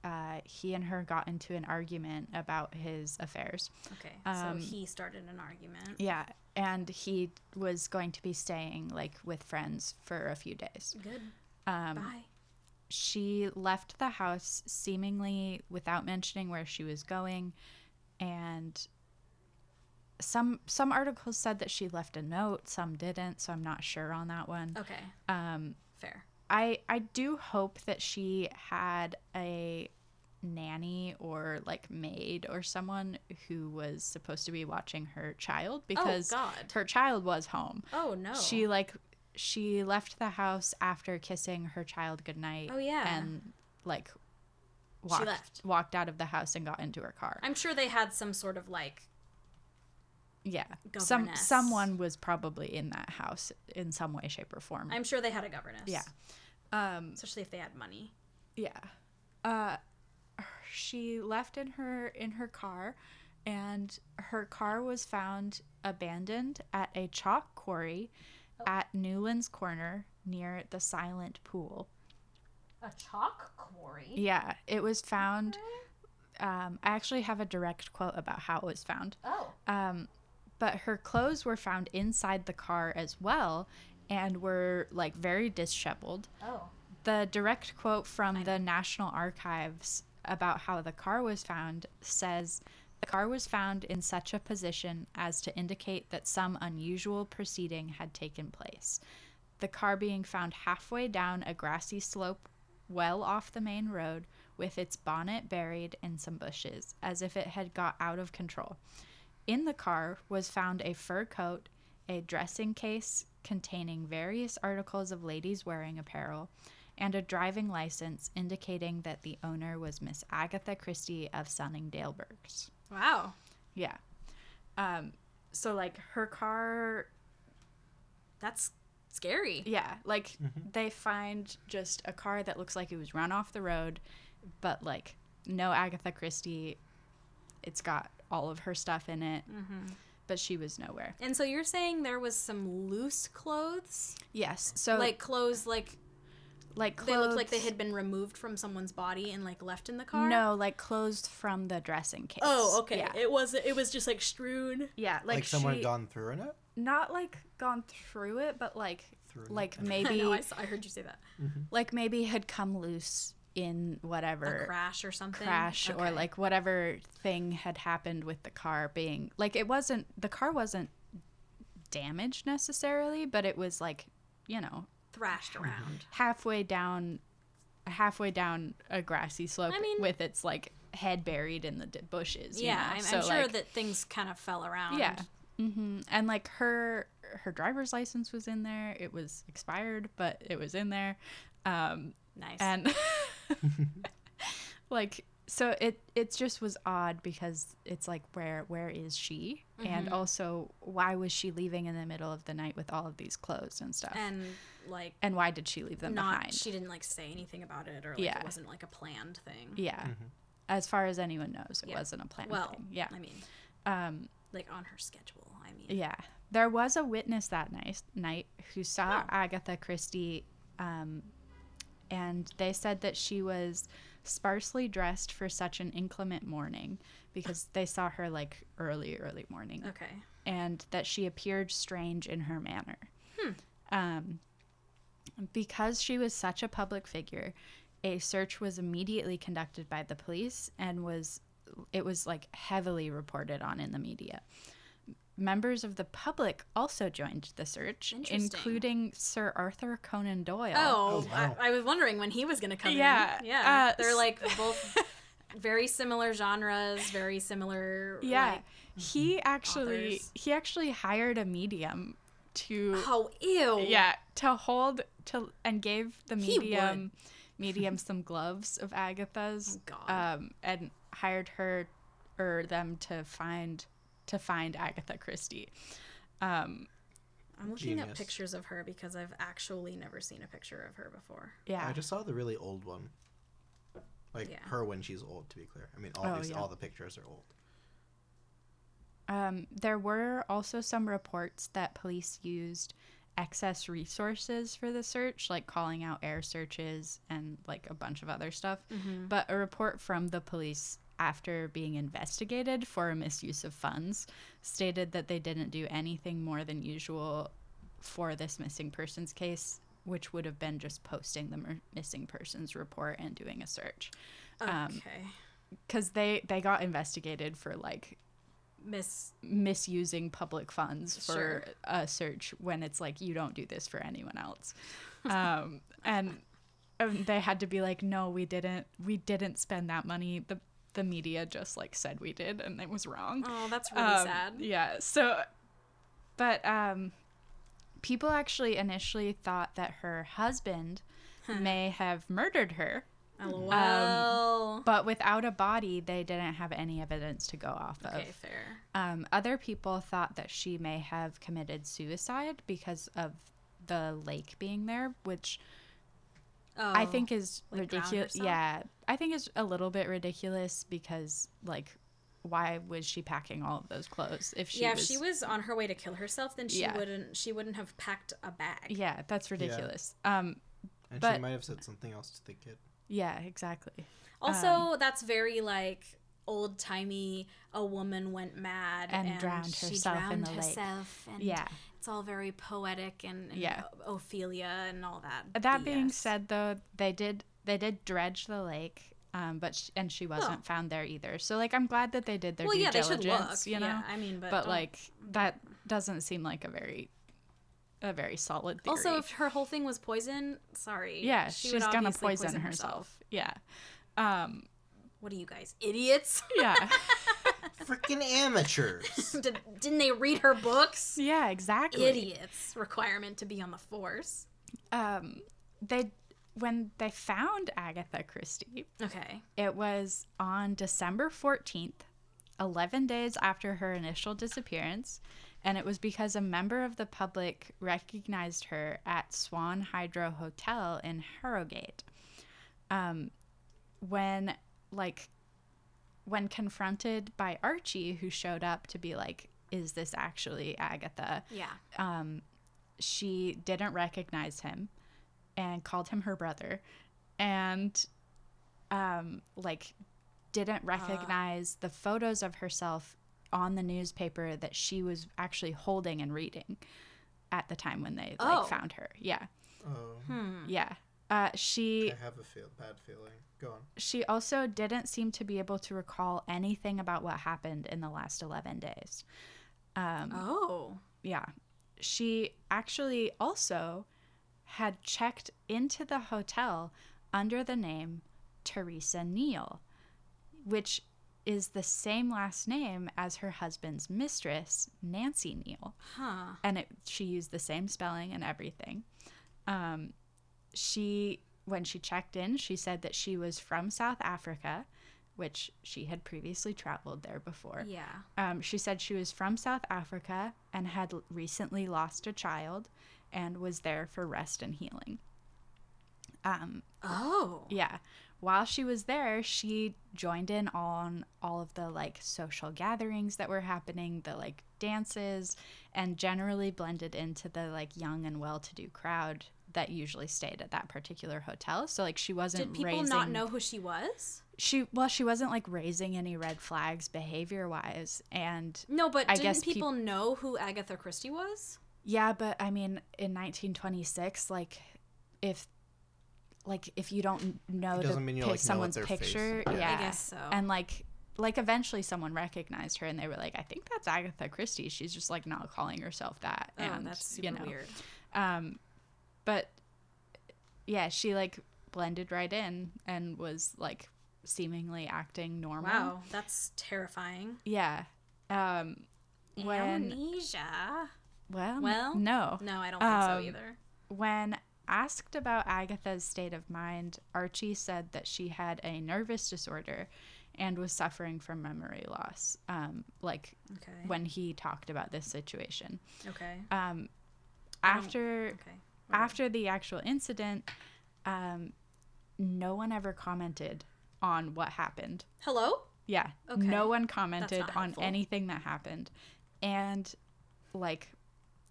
[SPEAKER 2] uh, he and her got into an argument about his affairs.
[SPEAKER 1] Okay,
[SPEAKER 2] Um,
[SPEAKER 1] so he started an argument.
[SPEAKER 2] Yeah, and he was going to be staying like with friends for a few days.
[SPEAKER 1] Good.
[SPEAKER 2] Um,
[SPEAKER 1] Bye.
[SPEAKER 2] she left the house seemingly without mentioning where she was going and some some articles said that she left a note some didn't so i'm not sure on that one
[SPEAKER 1] Okay,
[SPEAKER 2] um
[SPEAKER 1] fair.
[SPEAKER 2] i i do hope that she had a nanny or like maid or someone who was supposed to be watching her child because
[SPEAKER 1] God.
[SPEAKER 2] her child was home.
[SPEAKER 1] Oh no.
[SPEAKER 2] She like she left the house after kissing her child goodnight.
[SPEAKER 1] Oh, yeah.
[SPEAKER 2] And like walked
[SPEAKER 1] left.
[SPEAKER 2] walked out of the house and got into her car.
[SPEAKER 1] I'm sure they had some sort of like
[SPEAKER 2] yeah. Some
[SPEAKER 1] Governess.
[SPEAKER 2] someone was probably in that house in some way shape or form.
[SPEAKER 1] I'm sure they had a governess.
[SPEAKER 2] yeah. Um
[SPEAKER 1] Especially if they had money.
[SPEAKER 2] Yeah. Uh she left in her in her car and her car was found abandoned at a chalk quarry
[SPEAKER 1] Oh.
[SPEAKER 2] at Newlands Corner near the Silent Pool.
[SPEAKER 1] A chalk quarry.
[SPEAKER 2] Yeah, it was found um I actually have a direct quote about how it was found.
[SPEAKER 1] Oh.
[SPEAKER 2] Um, but her clothes were found inside the car as well and were like very disheveled.
[SPEAKER 1] Oh.
[SPEAKER 2] The direct quote from the National Archives about how the car was found says the car was found in such a position as to indicate that some unusual proceeding had taken place. The car being found halfway down a grassy slope well off the main road with its bonnet buried in some bushes as if it had got out of control. In the car was found a fur coat, a dressing case containing various articles of ladies' wearing apparel, and a driving license indicating that the owner was Miss Agatha Christie of Sunningdale Burghs.
[SPEAKER 1] Wow.
[SPEAKER 2] Yeah. Um, so, like, her car,
[SPEAKER 1] That's scary.
[SPEAKER 2] yeah, like, they find just a car that looks like it was run off the road, but, like, no Agatha Christie. It's got all of her stuff in it, but she was nowhere.
[SPEAKER 1] And so you're saying there was some loose clothes?
[SPEAKER 2] Yes. So
[SPEAKER 1] like clothes like
[SPEAKER 2] like clothes,
[SPEAKER 1] they looked like they had been removed from someone's body and like left in the car?
[SPEAKER 2] no like clothes from the dressing case.
[SPEAKER 1] Oh, okay.
[SPEAKER 2] Yeah,
[SPEAKER 1] It was it was just like strewn.
[SPEAKER 2] yeah like,
[SPEAKER 3] Like, someone
[SPEAKER 2] she-
[SPEAKER 3] had gone through in it.
[SPEAKER 2] not like gone through it, but like
[SPEAKER 3] Through
[SPEAKER 2] like
[SPEAKER 3] it. Okay.
[SPEAKER 1] I
[SPEAKER 2] maybe
[SPEAKER 1] know, I, saw, I heard you say that.
[SPEAKER 2] like maybe had come loose in
[SPEAKER 1] A
[SPEAKER 2] whatever
[SPEAKER 1] crash or something.
[SPEAKER 2] crash or
[SPEAKER 1] Okay.
[SPEAKER 2] like whatever thing had happened with the car being like it wasn't the car wasn't damaged necessarily, but it was like you know
[SPEAKER 1] thrashed around.
[SPEAKER 2] halfway down halfway down a grassy slope
[SPEAKER 1] I mean-
[SPEAKER 2] with its like head buried in the d- bushes you
[SPEAKER 1] Yeah,
[SPEAKER 2] know?
[SPEAKER 1] I'm,
[SPEAKER 2] So,
[SPEAKER 1] I'm sure
[SPEAKER 2] like,
[SPEAKER 1] that things kind of fell around.
[SPEAKER 2] yeah hmm and like her her driver's license was in there it was expired but it was in there um
[SPEAKER 1] Nice.
[SPEAKER 2] and like so it it just was odd because it's like where where is she
[SPEAKER 1] Mm-hmm.
[SPEAKER 2] and also why was she leaving in the middle of the night with all of these clothes and stuff and,
[SPEAKER 1] and like
[SPEAKER 2] why did she leave them
[SPEAKER 1] not
[SPEAKER 2] behind
[SPEAKER 1] she didn't like say anything about it or like
[SPEAKER 2] Yeah.
[SPEAKER 1] it wasn't like a planned thing.
[SPEAKER 2] Yeah. As far as anyone knows, it
[SPEAKER 1] Yeah.
[SPEAKER 2] wasn't a planned
[SPEAKER 1] Well,
[SPEAKER 2] thing. Yeah.
[SPEAKER 1] I mean,
[SPEAKER 2] Um,
[SPEAKER 1] like on her schedule. I mean,
[SPEAKER 2] yeah. There was a witness that night, night who saw Agatha Christie, um, and they said that she was sparsely dressed for such an inclement morning because they saw her like early, early morning,
[SPEAKER 1] okay.
[SPEAKER 2] and that she appeared strange in her manner.
[SPEAKER 1] Hmm.
[SPEAKER 2] Um, because she was such a public figure, a search was immediately conducted by the police and was it was like heavily reported on in the media. Members of the public also joined the search,
[SPEAKER 1] Interesting.
[SPEAKER 2] including Sir Arthur Conan Doyle.
[SPEAKER 1] Oh,
[SPEAKER 3] Oh, wow.
[SPEAKER 1] I, I was wondering when he was going to come
[SPEAKER 2] Yeah,
[SPEAKER 1] in. Yeah.
[SPEAKER 2] uh,
[SPEAKER 1] They're
[SPEAKER 2] s-
[SPEAKER 1] like both very similar genres, very similar.
[SPEAKER 2] yeah.
[SPEAKER 1] like-
[SPEAKER 2] he actually
[SPEAKER 1] Mm-hmm. authors.
[SPEAKER 2] he actually hired a medium to
[SPEAKER 1] oh, ew.
[SPEAKER 2] yeah to hold to and gave the
[SPEAKER 1] He would.
[SPEAKER 2] medium medium some gloves of agatha's
[SPEAKER 1] Oh, God.
[SPEAKER 2] um and hired her or them to find to find agatha christie um
[SPEAKER 1] I'm looking up
[SPEAKER 3] Genius.
[SPEAKER 1] pictures of her because I've actually never seen a picture of her before.
[SPEAKER 2] yeah
[SPEAKER 3] I just saw the really old one. Like
[SPEAKER 1] Yeah.
[SPEAKER 3] her when she's old, to be clear. I mean,
[SPEAKER 2] Oh,
[SPEAKER 3] obviously,
[SPEAKER 2] yeah.
[SPEAKER 3] all the pictures are old.
[SPEAKER 2] um there were also some reports that police used excess resources for the search like calling out air searches and like a bunch of other stuff but a report from the police after being investigated for a misuse of funds stated that they didn't do anything more than usual for this missing persons case which would have been just posting the mer- missing persons report and doing a search
[SPEAKER 1] Okay.
[SPEAKER 2] Um, because they they got investigated for like
[SPEAKER 1] Miss.
[SPEAKER 2] misusing public funds for
[SPEAKER 1] Sure.
[SPEAKER 2] a search when it's like you don't do this for anyone else um, and um, they had to be like, no, we didn't. We didn't spend that money. The the media just like said we did, and it was wrong.
[SPEAKER 1] Oh, that's really
[SPEAKER 2] Um,
[SPEAKER 1] sad.
[SPEAKER 2] Yeah. So, but um, people actually initially thought that her husband may have murdered her,
[SPEAKER 1] LOL.
[SPEAKER 2] but without a body, they didn't have any evidence to go off of.
[SPEAKER 1] okay, fair.
[SPEAKER 2] Um, other people thought that she may have committed suicide because of the lake being there, which
[SPEAKER 1] Oh,
[SPEAKER 2] I think is
[SPEAKER 1] like drowned
[SPEAKER 2] ridiculous.
[SPEAKER 1] herself?
[SPEAKER 2] Yeah, I think is a little bit ridiculous because like. Why was she packing all of those clothes if she
[SPEAKER 1] Oh. yeah.
[SPEAKER 2] was
[SPEAKER 1] If she was on her way to kill herself, then she
[SPEAKER 2] Yeah.
[SPEAKER 1] wouldn't. She wouldn't have packed a bag.
[SPEAKER 2] Yeah, that's ridiculous. Um
[SPEAKER 3] And
[SPEAKER 2] But-
[SPEAKER 3] she might have said something else to the kid.
[SPEAKER 2] yeah, exactly.
[SPEAKER 1] Also,
[SPEAKER 2] Um,
[SPEAKER 1] that's very like old timey. A woman went mad
[SPEAKER 2] And drowned
[SPEAKER 1] she
[SPEAKER 2] herself in
[SPEAKER 1] drowned
[SPEAKER 2] the lake.
[SPEAKER 1] herself, and
[SPEAKER 2] Yeah.
[SPEAKER 1] it's all very poetic and, and
[SPEAKER 2] Yeah.
[SPEAKER 1] O- Ophelia and all that.
[SPEAKER 2] That being
[SPEAKER 1] BS.
[SPEAKER 2] said though, they did they did dredge the lake. Um, but sh and she wasn't found there either. So like I'm glad that they did their
[SPEAKER 1] well,
[SPEAKER 2] due
[SPEAKER 1] yeah, they should look.
[SPEAKER 2] diligence, you know.
[SPEAKER 1] yeah, I mean, but,
[SPEAKER 2] but
[SPEAKER 1] don't-
[SPEAKER 2] like that doesn't seem like a very a very solid theory.
[SPEAKER 1] also, if her whole thing was poison, sorry.
[SPEAKER 2] yeah,
[SPEAKER 1] she would
[SPEAKER 2] she's gonna
[SPEAKER 1] obviously
[SPEAKER 2] poison, herself. Yeah. Um,
[SPEAKER 1] What are you guys, idiots?
[SPEAKER 2] yeah.
[SPEAKER 3] Freaking amateurs.
[SPEAKER 1] Did, didn't they read her books?
[SPEAKER 2] yeah, exactly.
[SPEAKER 1] Idiots. Requirement to be on the force.
[SPEAKER 2] Um they when they found Agatha Christie,
[SPEAKER 1] Okay.
[SPEAKER 2] It was on December 14th, 11 days after her initial disappearance, and it was because a member of the public recognized her at Swan Hydro Hotel in Harrogate. Um, when, like, when confronted by Archie, who showed up to be like, is this actually Agatha?
[SPEAKER 1] Yeah.
[SPEAKER 2] she didn't recognize him and called him her brother and um like didn't recognize the photos of herself on the newspaper that she was actually holding and reading at the time when they
[SPEAKER 1] Oh. Hmm.
[SPEAKER 2] like found her yeah
[SPEAKER 3] oh,
[SPEAKER 2] Hmm. yeah uh, she
[SPEAKER 3] I have a feel, bad feeling. Go on.
[SPEAKER 2] she also didn't seem to be able to recall anything about what happened in the last 11 days Um,
[SPEAKER 1] oh.
[SPEAKER 2] yeah. She actually also had checked into the hotel under the name Teresa Neal, which is the same last name as her husband's mistress, Nancy Neal.
[SPEAKER 1] Huh.
[SPEAKER 2] And it, she used the same spelling and everything. Um, she, when she checked in, she said that she was from South Africa, which she had previously traveled there before.
[SPEAKER 1] Yeah.
[SPEAKER 2] Um, she said she was from South Africa and had l- recently lost a child and was there for rest and healing. Um,
[SPEAKER 1] Oh.
[SPEAKER 2] yeah. While she was there, she joined in on all of the like social gatherings that were happening, the like dances, and generally blended into the like young and well to do crowd that usually stayed at that particular hotel. So like she wasn't
[SPEAKER 1] Did people
[SPEAKER 2] raising
[SPEAKER 1] not know who she was?
[SPEAKER 2] she well, she wasn't like raising any red flags behavior wise and
[SPEAKER 1] No, but
[SPEAKER 2] I
[SPEAKER 1] didn't
[SPEAKER 2] guess peop-
[SPEAKER 1] people know who Agatha Christie was?
[SPEAKER 2] Yeah, but I mean, in 1926, like if like if you don't n- know to
[SPEAKER 3] doesn't mean you'll, like,
[SPEAKER 2] pic-
[SPEAKER 3] know what
[SPEAKER 2] someone's
[SPEAKER 3] their face
[SPEAKER 2] picture,
[SPEAKER 3] is.
[SPEAKER 2] yeah.
[SPEAKER 1] I guess so.
[SPEAKER 2] And like like eventually someone recognized her and they were like, I think that's Agatha Christie. She's just like not calling herself that.
[SPEAKER 1] oh,
[SPEAKER 2] and
[SPEAKER 1] that's super
[SPEAKER 2] you know, um,
[SPEAKER 1] weird.
[SPEAKER 2] but yeah, she like blended right in and was like seemingly acting normal.
[SPEAKER 1] Wow, that's terrifying.
[SPEAKER 2] Yeah. Um when
[SPEAKER 1] Amnesia.
[SPEAKER 2] well,
[SPEAKER 1] Well,
[SPEAKER 2] no.
[SPEAKER 1] No, I don't think
[SPEAKER 2] Um,
[SPEAKER 1] so either.
[SPEAKER 2] When asked about Agatha's state of mind, Archie said that she had a nervous disorder and was suffering from memory loss, um, like
[SPEAKER 1] Okay.
[SPEAKER 2] when he talked about this situation.
[SPEAKER 1] okay. don't-
[SPEAKER 2] Um, after
[SPEAKER 1] okay.
[SPEAKER 2] after the actual incident, um, no one ever commented on what happened.
[SPEAKER 1] Hello?
[SPEAKER 2] Yeah.
[SPEAKER 1] Okay.
[SPEAKER 2] No one commented
[SPEAKER 1] not
[SPEAKER 2] on
[SPEAKER 1] helpful.
[SPEAKER 2] anything that happened. And like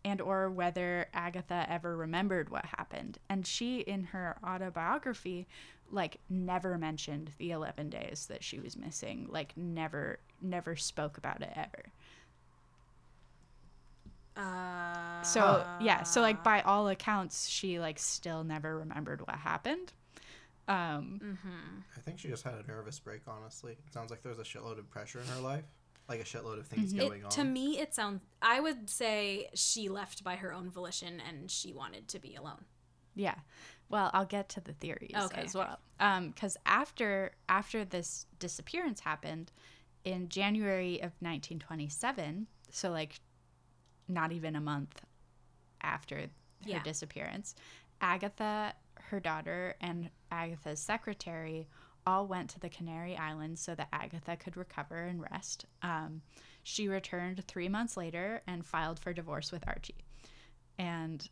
[SPEAKER 2] and or whether Agatha ever remembered what happened. And she in her autobiography like never mentioned the 11 days that she was missing. Like never never spoke about it ever.
[SPEAKER 1] Uh,
[SPEAKER 2] So, yeah, so like by all accounts she like still never remembered what happened. Um
[SPEAKER 1] mm-hmm.
[SPEAKER 3] I think she just had a nervous break, honestly. It sounds like there was a shitload of pressure in her life. Like a shitload of
[SPEAKER 2] Mm-hmm.
[SPEAKER 3] things going
[SPEAKER 1] it,
[SPEAKER 3] on.
[SPEAKER 1] to me, it sounds. I would say she left by her own volition and she wanted to be alone.
[SPEAKER 2] Yeah. Well, I'll get to the theories
[SPEAKER 1] Okay,
[SPEAKER 2] as
[SPEAKER 1] okay.
[SPEAKER 2] well. Because Um, after after this disappearance happened in January of 1927, so like not even a month after her
[SPEAKER 1] Yeah.
[SPEAKER 2] disappearance, Agatha, her daughter, and Agatha's secretary all went to the Canary Islands so that Agatha could recover and rest. Um, she returned three months later and filed for divorce with Archie. And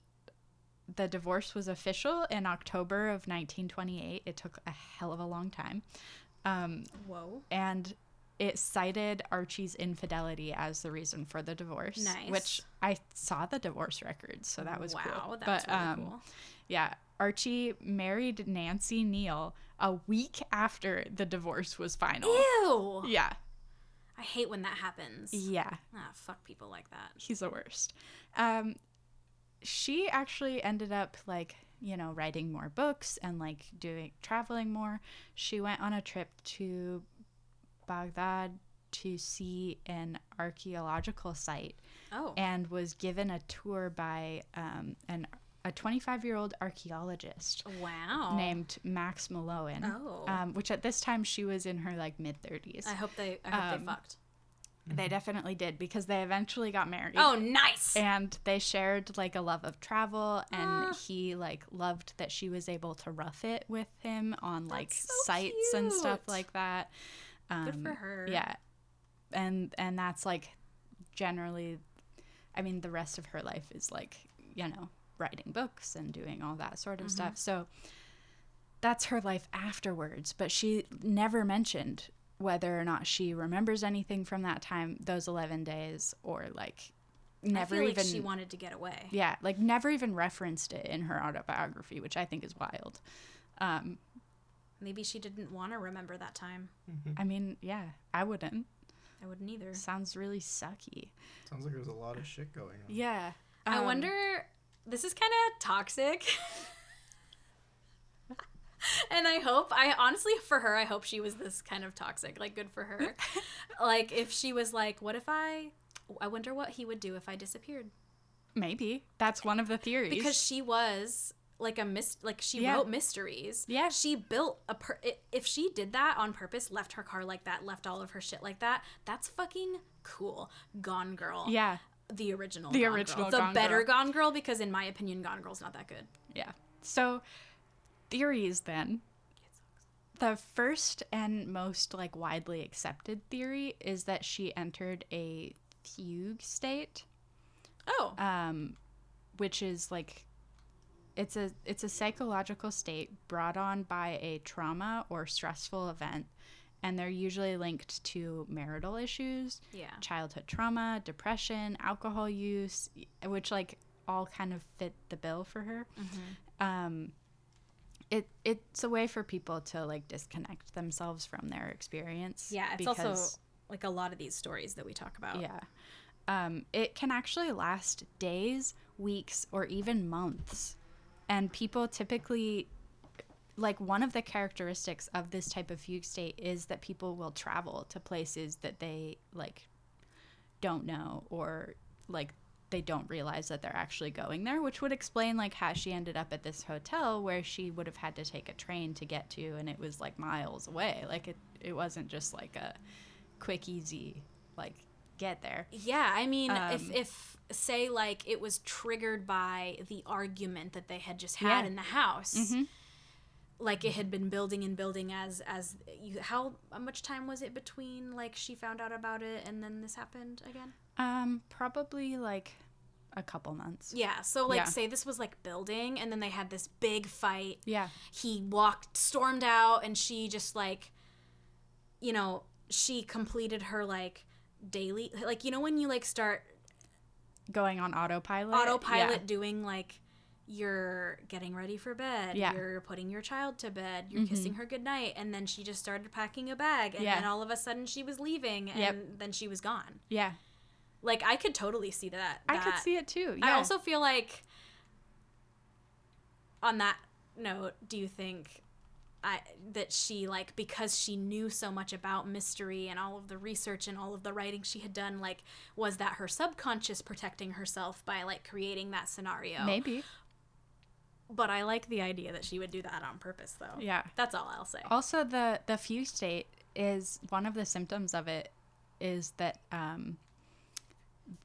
[SPEAKER 2] the divorce was official in October of 1928. It took a hell of a long time. Um,
[SPEAKER 1] Whoa.
[SPEAKER 2] and it cited Archie's infidelity as the reason for the divorce,
[SPEAKER 1] Nice.
[SPEAKER 2] which I saw the divorce record, so that was
[SPEAKER 1] wow.
[SPEAKER 2] cool.
[SPEAKER 1] That's
[SPEAKER 2] but,
[SPEAKER 1] really
[SPEAKER 2] um,
[SPEAKER 1] cool.
[SPEAKER 2] Yeah, Archie married Nancy Neal a week after the divorce was final.
[SPEAKER 1] Ew.
[SPEAKER 2] Yeah,
[SPEAKER 1] I hate when that happens.
[SPEAKER 2] yeah,
[SPEAKER 1] Ah, fuck people like that.
[SPEAKER 2] he's the worst. Um, she actually ended up like you know writing more books and like doing traveling more. She went on a trip to Baghdad to see an archaeological site
[SPEAKER 1] Oh.
[SPEAKER 2] and was given a tour by um, an a 25 year old archaeologist
[SPEAKER 1] wow.
[SPEAKER 2] named Max Malone,
[SPEAKER 1] Oh.
[SPEAKER 2] um, which at this time she was in her like mid 30s.
[SPEAKER 1] I hope they. I hope
[SPEAKER 2] um,
[SPEAKER 1] they fucked.
[SPEAKER 2] They definitely did because they eventually got married.
[SPEAKER 1] Oh, nice.
[SPEAKER 2] And they shared like a love of travel, and
[SPEAKER 1] Ah.
[SPEAKER 2] he like loved that she was able to rough it with him on like
[SPEAKER 1] That's so
[SPEAKER 2] sites and stuff
[SPEAKER 1] cute.
[SPEAKER 2] like that. Um,
[SPEAKER 1] Good for her.
[SPEAKER 2] Yeah, and and that's like generally, I mean, the rest of her life is like you know writing books and doing all that sort
[SPEAKER 1] Mm-hmm.
[SPEAKER 2] of stuff. So that's her life afterwards, but she never mentioned whether or not she remembers anything from that time, those eleven days, or like never
[SPEAKER 1] I feel
[SPEAKER 2] even
[SPEAKER 1] like she wanted to get away.
[SPEAKER 2] yeah, like never even referenced it in her autobiography, which I think is wild. Um,
[SPEAKER 1] Maybe she didn't want to remember that time.
[SPEAKER 2] I mean, yeah, I wouldn't.
[SPEAKER 1] I wouldn't either.
[SPEAKER 2] Sounds really sucky.
[SPEAKER 4] Sounds like there's a lot of shit going on.
[SPEAKER 2] Yeah.
[SPEAKER 1] I
[SPEAKER 2] Um,
[SPEAKER 1] wonder. This is kind of toxic. and I hope I honestly for her I hope she was this kind of toxic. Like good for her. like if she was like, what if I? I wonder what he would do if I disappeared
[SPEAKER 2] Maybe that's one of the theories.
[SPEAKER 1] because she was like a mis like she
[SPEAKER 2] Yeah.
[SPEAKER 1] wrote mysteries.
[SPEAKER 2] Yeah.
[SPEAKER 1] she built a per- i- if she did that on purpose, left her car like that, left all of her shit like that. That's fucking cool. Gone girl.
[SPEAKER 2] yeah,
[SPEAKER 1] the original.
[SPEAKER 2] The
[SPEAKER 1] Gone
[SPEAKER 2] original
[SPEAKER 1] Girl. the
[SPEAKER 2] Gone
[SPEAKER 1] better
[SPEAKER 2] Girl.
[SPEAKER 1] Gone Girl because in my opinion, Gone Girl's not that good.
[SPEAKER 2] yeah. So theories then. The first and most like widely accepted theory is that she entered a fugue state.
[SPEAKER 1] Oh,
[SPEAKER 2] um, which is like it's a it's a psychological state brought on by a trauma or stressful event and they're usually linked to marital issues
[SPEAKER 1] yeah.
[SPEAKER 2] childhood trauma depression alcohol use y- which like all kind of fit the bill for her um, it it's a way for people to like disconnect themselves from their experience
[SPEAKER 1] Yeah, it's
[SPEAKER 2] because-
[SPEAKER 1] also like a lot of these stories that we talk about.
[SPEAKER 2] yeah. Um, it can actually last days, weeks, or even months. And people typically, like, one of the characteristics of this type of fugue state is that people will travel to places that they, like, don't know or, like, they don't realize that they're actually going there, which would explain, like, how she ended up at this hotel where she would have had to take a train to get to, and it was, like, miles away. Like, it, it wasn't just, like, a quick, easy, like, get there.
[SPEAKER 1] Yeah, I mean, if,
[SPEAKER 2] Um,
[SPEAKER 1] if say like it was triggered by the argument that they had just had
[SPEAKER 2] Yeah.
[SPEAKER 1] in the house,
[SPEAKER 2] Mhm.
[SPEAKER 1] like it had been building and building as as you, how much time was it between like she found out about it and then this happened again?
[SPEAKER 2] Um, probably like a couple months.
[SPEAKER 1] Yeah, so like
[SPEAKER 2] Yeah.
[SPEAKER 1] say this was like building and then they had this big fight
[SPEAKER 2] Yeah.
[SPEAKER 1] he walked stormed out and she just like you know she completed her like daily like you know when you like start
[SPEAKER 2] Going on autopilot.
[SPEAKER 1] autopilot doing like you're getting ready for bed
[SPEAKER 2] Yeah. Mm-hmm.
[SPEAKER 1] you're putting your child to bed you're kissing her goodnight and then she just started packing a bag and
[SPEAKER 2] Yeah.
[SPEAKER 1] then all of a sudden she was leaving and
[SPEAKER 2] Yep.
[SPEAKER 1] then she was gone
[SPEAKER 2] Yeah.
[SPEAKER 1] like i could totally see that,
[SPEAKER 2] yeah. I could
[SPEAKER 1] that.
[SPEAKER 2] see it too.
[SPEAKER 1] I
[SPEAKER 2] yeah.
[SPEAKER 1] also feel like on that note, do you think I that she like because she knew so much about mystery and all of the research and all of the writing she had done like was that her subconscious protecting herself by like creating that scenario?
[SPEAKER 2] maybe.
[SPEAKER 1] But I like the idea that she would do that on purpose, though.
[SPEAKER 2] Yeah.
[SPEAKER 1] That's all I'll say.
[SPEAKER 2] Also, the the few state is one of the symptoms of it is that um,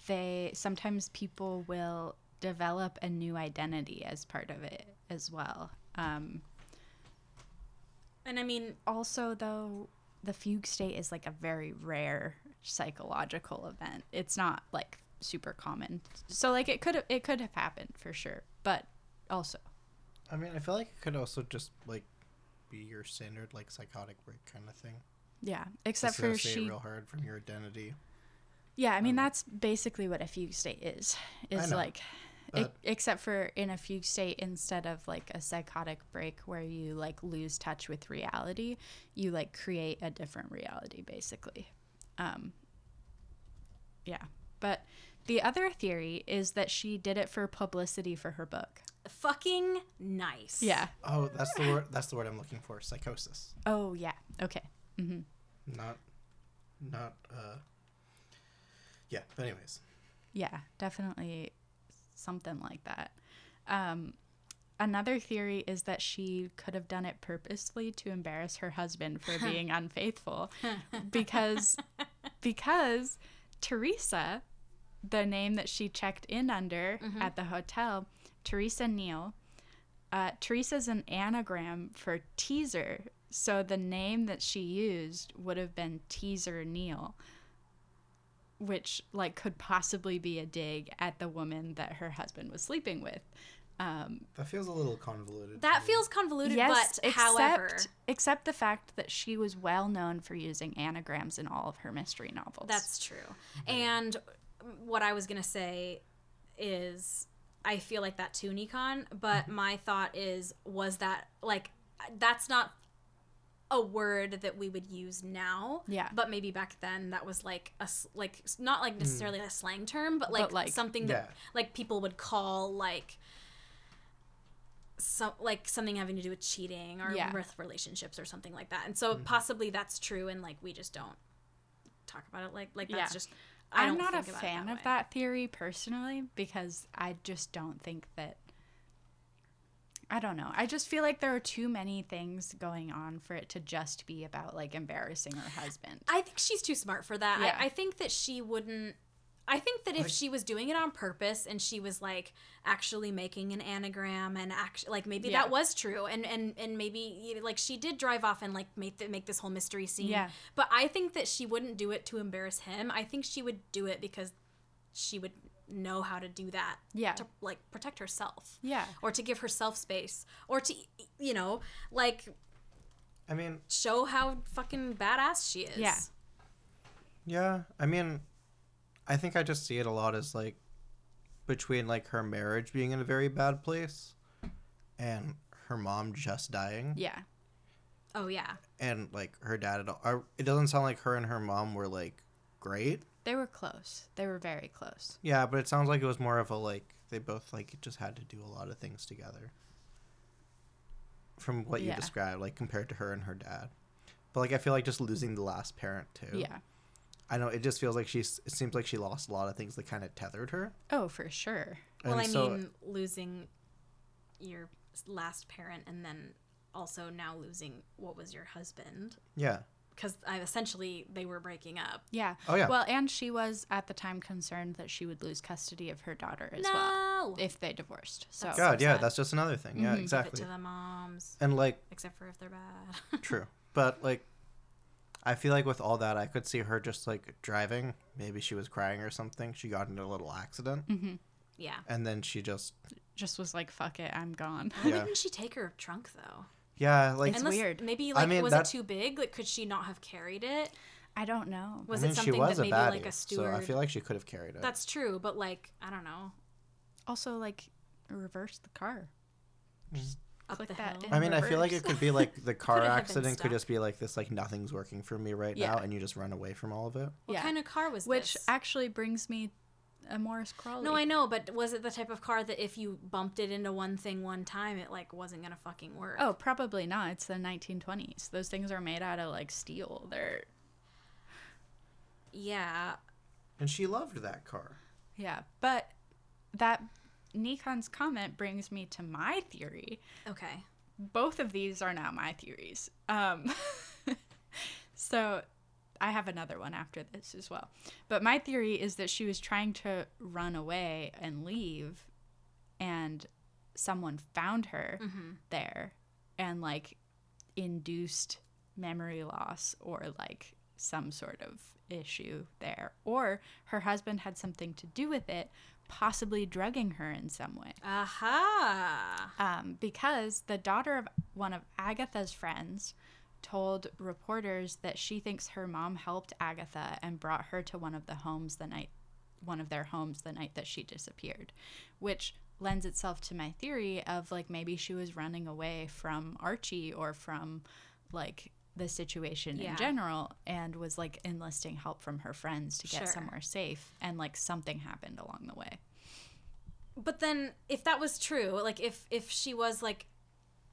[SPEAKER 2] they sometimes people will develop a new identity as part of it as well. Um,
[SPEAKER 1] And I mean,
[SPEAKER 2] also, though, the fugue state is like a very rare psychological event. It's not like super common. So like it could it could have happened for sure, but also
[SPEAKER 4] I mean, I feel like it could also just like be your standard like psychotic break kind of thing.
[SPEAKER 2] yeah. Except for
[SPEAKER 4] Dissociate
[SPEAKER 2] she
[SPEAKER 4] real hard from your identity.
[SPEAKER 2] Yeah, I mean that's basically what a fugue state is. Is
[SPEAKER 4] Um, know,
[SPEAKER 2] like e-
[SPEAKER 4] but-
[SPEAKER 2] except for in a fugue state instead of like a psychotic break where you like lose touch with reality, you like create a different reality basically. Um yeah. But the other theory is that she did it for publicity for her book.
[SPEAKER 1] fucking nice.
[SPEAKER 2] Yeah.
[SPEAKER 4] Oh, that's the word. That's the word I'm looking for. Psychosis.
[SPEAKER 2] Oh yeah. Okay. Mhm.
[SPEAKER 4] Not, not. uh Yeah. But anyways,
[SPEAKER 2] Yeah, definitely something like that. Um, another theory is that she could have done it purposely to embarrass her husband for being unfaithful because because Teresa, the name that she checked in under at the hotel, Teresa Neal, uh, Teresa's an anagram for teaser. So the name that she used would have been Teaser Neal which like could possibly be a dig at the woman that her husband was sleeping with. Um,
[SPEAKER 4] that feels a little convoluted.
[SPEAKER 1] That feels convoluted,
[SPEAKER 2] yes,
[SPEAKER 1] but
[SPEAKER 2] except
[SPEAKER 1] however,
[SPEAKER 2] except the fact that she was well known for using anagrams in all of her mystery novels.
[SPEAKER 1] that's true.
[SPEAKER 2] Mm-hmm.
[SPEAKER 1] And what I was going to say is I feel like that too, Nikon,
[SPEAKER 2] Mm-hmm.
[SPEAKER 1] but my thought is was that like that's not a word that we would use now.
[SPEAKER 2] Yeah. Mm.
[SPEAKER 1] But maybe back then that was like a s- like s- not like necessarily a slang term, but like,
[SPEAKER 2] like-
[SPEAKER 1] something that
[SPEAKER 4] Yeah.
[SPEAKER 1] like people would call like some like something having to do with cheating or
[SPEAKER 2] Yeah.
[SPEAKER 1] with relationships or something like that. And so possibly that's true and like we just don't talk about it like like that's
[SPEAKER 2] Yeah.
[SPEAKER 1] just I
[SPEAKER 2] I'm
[SPEAKER 1] don't
[SPEAKER 2] not a
[SPEAKER 1] think about it
[SPEAKER 2] fan
[SPEAKER 1] that
[SPEAKER 2] of
[SPEAKER 1] way.
[SPEAKER 2] that theory personally because I just don't think that. I don't know. I just feel like there are too many things going on for it to just be about like embarrassing her husband.
[SPEAKER 1] I think she's too smart for that.
[SPEAKER 2] Yeah.
[SPEAKER 1] I, I think that she wouldn't. I think that if she was doing it on purpose and she was like actually making an anagram and actually like maybe
[SPEAKER 2] Yeah.
[SPEAKER 1] that was true and and and maybe you know, like she did drive off and like make the, make this whole mystery scene.
[SPEAKER 2] Yeah.
[SPEAKER 1] But I think that she wouldn't do it to embarrass him. I think she would do it because she would know how to do that.
[SPEAKER 2] Yeah.
[SPEAKER 1] To like protect herself.
[SPEAKER 2] Yeah.
[SPEAKER 1] Or to give herself space or to you know like
[SPEAKER 4] I mean,
[SPEAKER 1] show how fucking badass she is.
[SPEAKER 2] Yeah.
[SPEAKER 4] Yeah, I mean, I think I just see it a lot as like between like her marriage being in a very bad place and her mom just dying
[SPEAKER 2] Yeah.
[SPEAKER 1] Oh yeah.
[SPEAKER 4] and like her dad at all. Are, it doesn't sound like her and her mom were like great.
[SPEAKER 2] They were close. They were very close.
[SPEAKER 4] Yeah, but it sounds like it was more of a like they both like just had to do a lot of things together. From what you
[SPEAKER 2] Yeah.
[SPEAKER 4] described, like compared to her and her dad. But like I feel like just losing the last parent too.
[SPEAKER 2] Yeah.
[SPEAKER 4] I know it just feels like she's it seems like she lost a lot of things that kind of tethered her.
[SPEAKER 2] Oh, for sure.
[SPEAKER 1] Well,
[SPEAKER 4] And
[SPEAKER 1] I
[SPEAKER 4] so-
[SPEAKER 1] mean, losing your last parent and then also now losing what was your husband
[SPEAKER 4] Yeah.
[SPEAKER 1] because I essentially they were breaking up.
[SPEAKER 2] Yeah.
[SPEAKER 4] Oh, yeah.
[SPEAKER 2] Well, and she was at the time concerned that she would lose custody of her daughter as
[SPEAKER 1] no,
[SPEAKER 2] well
[SPEAKER 1] Give
[SPEAKER 2] if they divorced. So
[SPEAKER 1] That's-
[SPEAKER 4] God, yeah,
[SPEAKER 1] sad.
[SPEAKER 4] that's just another thing. Yeah,
[SPEAKER 1] Mm-hmm. it
[SPEAKER 4] exactly.
[SPEAKER 1] to the moms,
[SPEAKER 4] And like,
[SPEAKER 1] except for if they're bad.
[SPEAKER 4] true, but like, I feel like with all that, I could see her just like driving. Maybe she was crying or something. She got into a little accident,
[SPEAKER 1] Mm-hmm. yeah.
[SPEAKER 4] and then she just
[SPEAKER 2] just was like, fuck it, I'm gone.
[SPEAKER 1] Why
[SPEAKER 4] Yeah.
[SPEAKER 1] didn't she take her trunk though?
[SPEAKER 4] yeah, like
[SPEAKER 2] It's
[SPEAKER 1] Unless
[SPEAKER 2] weird.
[SPEAKER 1] maybe like
[SPEAKER 4] mean,
[SPEAKER 1] was
[SPEAKER 4] that-
[SPEAKER 1] it too big? Like could she not have carried it?
[SPEAKER 2] I don't know.
[SPEAKER 1] Was
[SPEAKER 4] I mean,
[SPEAKER 1] it
[SPEAKER 4] she
[SPEAKER 1] something
[SPEAKER 4] was
[SPEAKER 1] that
[SPEAKER 4] a
[SPEAKER 1] maybe
[SPEAKER 4] baddie,
[SPEAKER 1] like a steward?
[SPEAKER 4] so I feel like she could have carried it.
[SPEAKER 1] That's true, but like I don't know.
[SPEAKER 2] Also, like, reverse the car.
[SPEAKER 1] Up
[SPEAKER 2] Click
[SPEAKER 1] the
[SPEAKER 2] that
[SPEAKER 1] hill.
[SPEAKER 2] in.
[SPEAKER 4] I mean, I feel like it could be like the car
[SPEAKER 1] Could it have been
[SPEAKER 4] accident could
[SPEAKER 1] stuck?
[SPEAKER 4] just be like this, like nothing's working for me right now,
[SPEAKER 2] Yeah.
[SPEAKER 4] and you just run away from all of it.
[SPEAKER 1] What
[SPEAKER 2] Yeah.
[SPEAKER 1] kind of car was
[SPEAKER 2] Which
[SPEAKER 1] this?
[SPEAKER 2] actually brings me a Morris Crawley.
[SPEAKER 1] No, I know, but was it the type of car that if you bumped it into one thing one time, it like wasn't gonna fucking work?
[SPEAKER 2] Oh, probably not. It's the 1920s. Those things are made out of like steel. They're
[SPEAKER 1] yeah.
[SPEAKER 4] And she loved that car.
[SPEAKER 2] yeah, but that Nikon's comment brings me to my theory.
[SPEAKER 1] Okay.
[SPEAKER 2] Both of these are now my theories. Um, so I have another one after this as well. But my theory is that she was trying to run away and leave, and someone found
[SPEAKER 1] Hmm.
[SPEAKER 2] her
[SPEAKER 1] Mm-hmm.
[SPEAKER 2] there and like induced memory loss or like some sort of issue there. Or her husband had something to do with it, possibly drugging her in some way
[SPEAKER 1] Aha.
[SPEAKER 2] um, because the daughter of one of Agatha's friends told reporters that she thinks her mom helped Agatha and brought her to one of the homes the night one of their homes the night that she disappeared which lends itself to my theory of like maybe she was running away from Archie or from like the situation
[SPEAKER 1] Yeah.
[SPEAKER 2] in general and was like enlisting help from her friends to get
[SPEAKER 1] Sure.
[SPEAKER 2] somewhere safe and like something happened along the way
[SPEAKER 1] But then, if that was true, like if if she was like,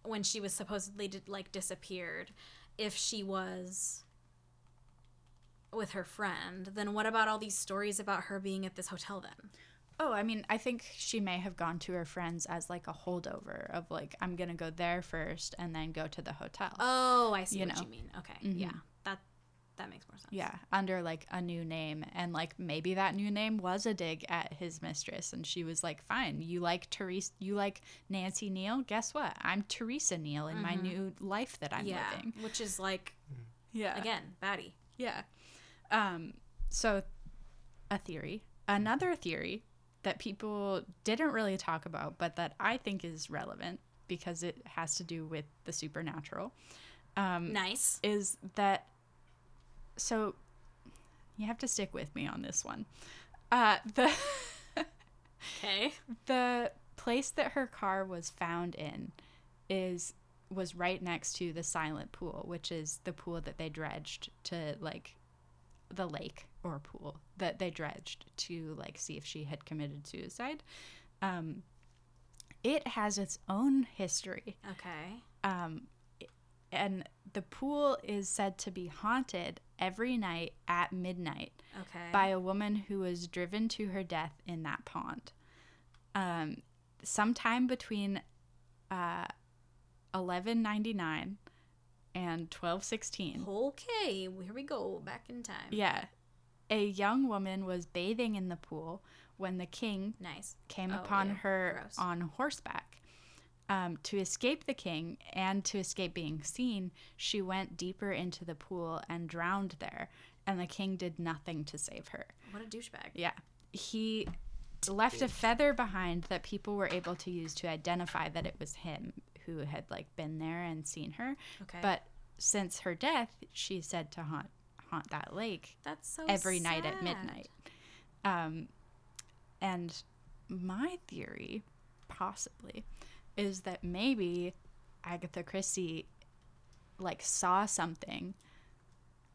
[SPEAKER 1] when she was supposedly did, like disappeared, if she was with her friend, then what about all these stories about her being at this hotel then?
[SPEAKER 2] Oh, I mean, I think she may have gone to her friends as like a holdover of like, I'm going to go there first and then go to the hotel.
[SPEAKER 1] Oh, I see
[SPEAKER 2] You
[SPEAKER 1] what
[SPEAKER 2] know. Mm-hmm.
[SPEAKER 1] you mean. Okay. Yeah. That that makes more sense.
[SPEAKER 2] yeah, under like a new name. And like maybe that new name was a dig at his mistress. And she was like, fine, you like Teresa, you like Nancy Neal? Guess what? I'm Teresa Neal in my new life that I'm
[SPEAKER 1] Mm-hmm. yeah.
[SPEAKER 2] living. Uh,
[SPEAKER 1] Which is like
[SPEAKER 2] Yeah.
[SPEAKER 1] again, baddie.
[SPEAKER 2] Yeah. Um, so, a theory. Another theory that people didn't really talk about, but that I think is relevant because it has to do with the supernatural,
[SPEAKER 1] Nice.
[SPEAKER 2] is that. So, you have to stick with me on this one. Uh, the
[SPEAKER 1] Okay.
[SPEAKER 2] the place that her car was found in is was right next to the silent pool which is the pool that they dredged to like the lake or pool that they dredged to like see if she had committed suicide um it has its own history
[SPEAKER 1] Okay.
[SPEAKER 2] um and the pool is said to be haunted every night at midnight
[SPEAKER 1] Okay.
[SPEAKER 2] by a woman who was driven to her death in that pond. Um, sometime between uh, 1199 and 1216.
[SPEAKER 1] Okay, here we go, back in time.
[SPEAKER 2] Yeah. A young woman was bathing in the pool when the king
[SPEAKER 1] Nice.
[SPEAKER 2] came
[SPEAKER 1] Oh,
[SPEAKER 2] upon
[SPEAKER 1] ew,
[SPEAKER 2] her
[SPEAKER 1] gross.
[SPEAKER 2] on horseback. Um, to escape the king and to escape being seen, she went deeper into the pool and drowned there, and the king did nothing to save her.
[SPEAKER 1] What a douchebag.
[SPEAKER 2] Yeah. He left a feather behind that people were able to use to identify that it was him who had like been there and seen her.
[SPEAKER 1] Okay.
[SPEAKER 2] But since her death, she's said to haunt haunt that lake
[SPEAKER 1] that's so
[SPEAKER 2] every night at
[SPEAKER 1] sad.
[SPEAKER 2] midnight. Um and my theory possibly is that maybe Agatha Christie like saw something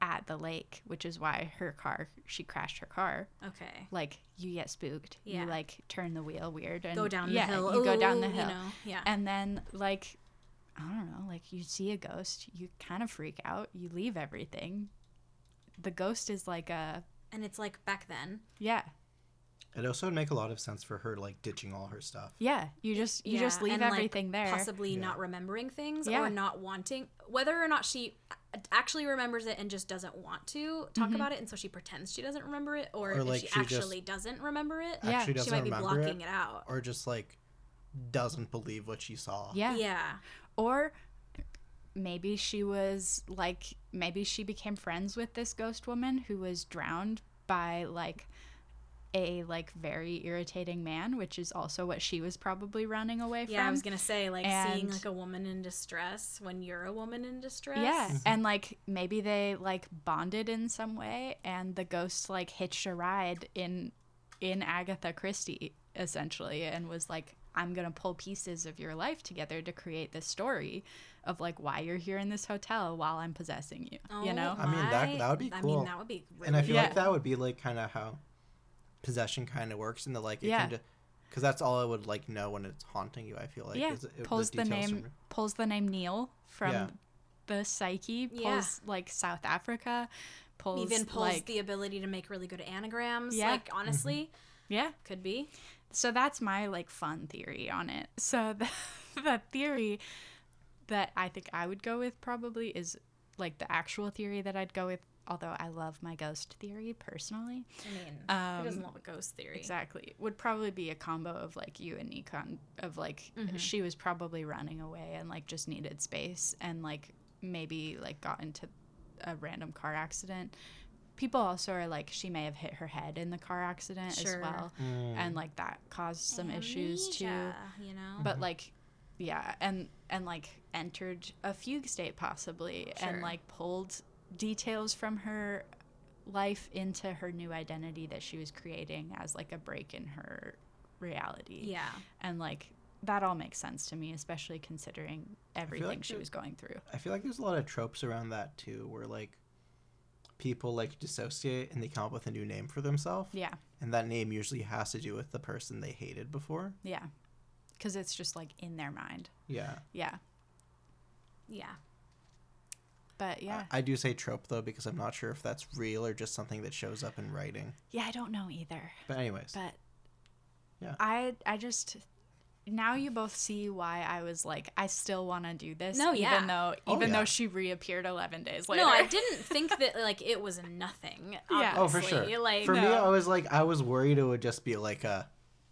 [SPEAKER 2] at the lake, which is why her car she crashed her car
[SPEAKER 1] Okay.
[SPEAKER 2] like you get spooked.
[SPEAKER 1] Yeah.
[SPEAKER 2] You like turn the wheel weird and
[SPEAKER 1] Go down
[SPEAKER 2] yeah,
[SPEAKER 1] the hill.
[SPEAKER 2] You go down the
[SPEAKER 1] Ooh,
[SPEAKER 2] hill.
[SPEAKER 1] You know, yeah.
[SPEAKER 2] And then like I don't know, like you see a ghost, you kind of freak out, you leave everything. The ghost is like a
[SPEAKER 1] And it's like back then.
[SPEAKER 2] yeah,
[SPEAKER 4] It also would make a lot of sense for her like ditching all her stuff.
[SPEAKER 2] yeah. You just you just
[SPEAKER 1] Yeah,
[SPEAKER 2] leave
[SPEAKER 1] and, like,
[SPEAKER 2] everything there.
[SPEAKER 1] Possibly
[SPEAKER 4] Yeah.
[SPEAKER 1] not remembering things
[SPEAKER 2] Yeah.
[SPEAKER 1] or not wanting, whether or not she actually remembers it and just doesn't want to talk
[SPEAKER 2] Mm-hmm.
[SPEAKER 1] about it, and so she pretends she doesn't remember it, or,
[SPEAKER 4] Or,
[SPEAKER 1] if
[SPEAKER 4] like,
[SPEAKER 1] she,
[SPEAKER 4] she just-
[SPEAKER 1] actually doesn't remember it,
[SPEAKER 2] Yeah.
[SPEAKER 4] Actually
[SPEAKER 1] she
[SPEAKER 4] doesn't
[SPEAKER 1] might be
[SPEAKER 4] remember
[SPEAKER 1] blocking
[SPEAKER 4] it,
[SPEAKER 1] it, out.
[SPEAKER 4] or just like doesn't believe what she saw.
[SPEAKER 2] yeah.
[SPEAKER 1] yeah.
[SPEAKER 2] Or maybe she was like maybe she became friends with this ghost woman who was drowned by like a like very irritating man, which is also what she was probably running away from.
[SPEAKER 1] Yeah, I was gonna say like seeing
[SPEAKER 2] And-
[SPEAKER 1] like a woman in distress when you're a woman in distress.
[SPEAKER 4] Mm-hmm.
[SPEAKER 2] Yeah, and like maybe they like bonded in some way, and the ghost like hitched a ride in in Agatha Christie essentially, and was like, "I'm gonna pull pieces of your life together to create this story of like why you're here in this hotel while I'm possessing you." you know?
[SPEAKER 4] I mean, that-
[SPEAKER 1] Oh my-
[SPEAKER 4] that would be
[SPEAKER 1] I mean,
[SPEAKER 4] cool.
[SPEAKER 1] that would be really
[SPEAKER 4] And I feel
[SPEAKER 2] Yeah.
[SPEAKER 4] like that would be like kind of how possession kind of works in the like it
[SPEAKER 2] Yeah.
[SPEAKER 4] can because that's all I would like know when it's haunting you. I feel like
[SPEAKER 2] yeah,
[SPEAKER 4] is it-
[SPEAKER 2] pulls the,
[SPEAKER 4] details
[SPEAKER 2] name
[SPEAKER 4] from-
[SPEAKER 2] pulls the name Neil from
[SPEAKER 4] Yeah.
[SPEAKER 2] the Psyche. Pulls
[SPEAKER 1] Yeah.
[SPEAKER 2] like South Africa. Pulls
[SPEAKER 1] even pulls
[SPEAKER 2] like
[SPEAKER 1] the ability to make really good anagrams.
[SPEAKER 2] Yeah. Mm-hmm.
[SPEAKER 1] Like honestly,
[SPEAKER 2] yeah.
[SPEAKER 1] could be.
[SPEAKER 2] so that's my like fun theory on it. So the, the theory that I think I would go with probably is like the actual theory that I'd go with. Although I love my ghost theory personally,
[SPEAKER 1] I mean,
[SPEAKER 2] Um,
[SPEAKER 1] who doesn't love a ghost theory?
[SPEAKER 2] exactly would probably be a combo of like you and Nikon of like
[SPEAKER 1] Mm-hmm.
[SPEAKER 2] she was probably running away and like just needed space and like maybe like got into a random car accident. People also are like she may have hit her head in the car accident
[SPEAKER 1] Sure.
[SPEAKER 2] as well,
[SPEAKER 4] Mm.
[SPEAKER 2] and like that caused some issues too
[SPEAKER 1] Amnesia, You know,
[SPEAKER 2] but like yeah and and like entered a fugue state possibly
[SPEAKER 1] Sure.
[SPEAKER 2] and like pulled details from her life into her new identity that she was creating as like a break in her reality
[SPEAKER 1] yeah,
[SPEAKER 2] and like that all makes sense to me especially considering everything
[SPEAKER 4] like
[SPEAKER 2] she
[SPEAKER 4] it-
[SPEAKER 2] was going through
[SPEAKER 4] I feel like there's a lot of tropes around that too, where like people like dissociate and they come up with a new name for themselves,
[SPEAKER 2] yeah
[SPEAKER 4] and that name usually has to do with the person they hated before.
[SPEAKER 2] yeah because it's just like in their mind
[SPEAKER 4] Yeah,
[SPEAKER 2] yeah
[SPEAKER 1] yeah.
[SPEAKER 2] but yeah
[SPEAKER 4] I, I do say trope though because I'm not sure if that's real or just something that shows up in writing.
[SPEAKER 2] yeah i don't know either
[SPEAKER 4] But anyways,
[SPEAKER 2] but
[SPEAKER 4] Yeah.
[SPEAKER 2] i i just now you both see why i was like i still want to do this
[SPEAKER 1] No,
[SPEAKER 2] even
[SPEAKER 1] yeah.
[SPEAKER 2] though
[SPEAKER 4] Oh,
[SPEAKER 2] even though
[SPEAKER 4] yeah.
[SPEAKER 2] she reappeared 11 days later
[SPEAKER 1] No, I didn't think that like it was nothing.
[SPEAKER 2] Yeah.
[SPEAKER 1] Obviously.
[SPEAKER 4] oh, for sure.
[SPEAKER 1] Like
[SPEAKER 4] for me,
[SPEAKER 2] No.
[SPEAKER 4] I was like, I was worried it would just be like a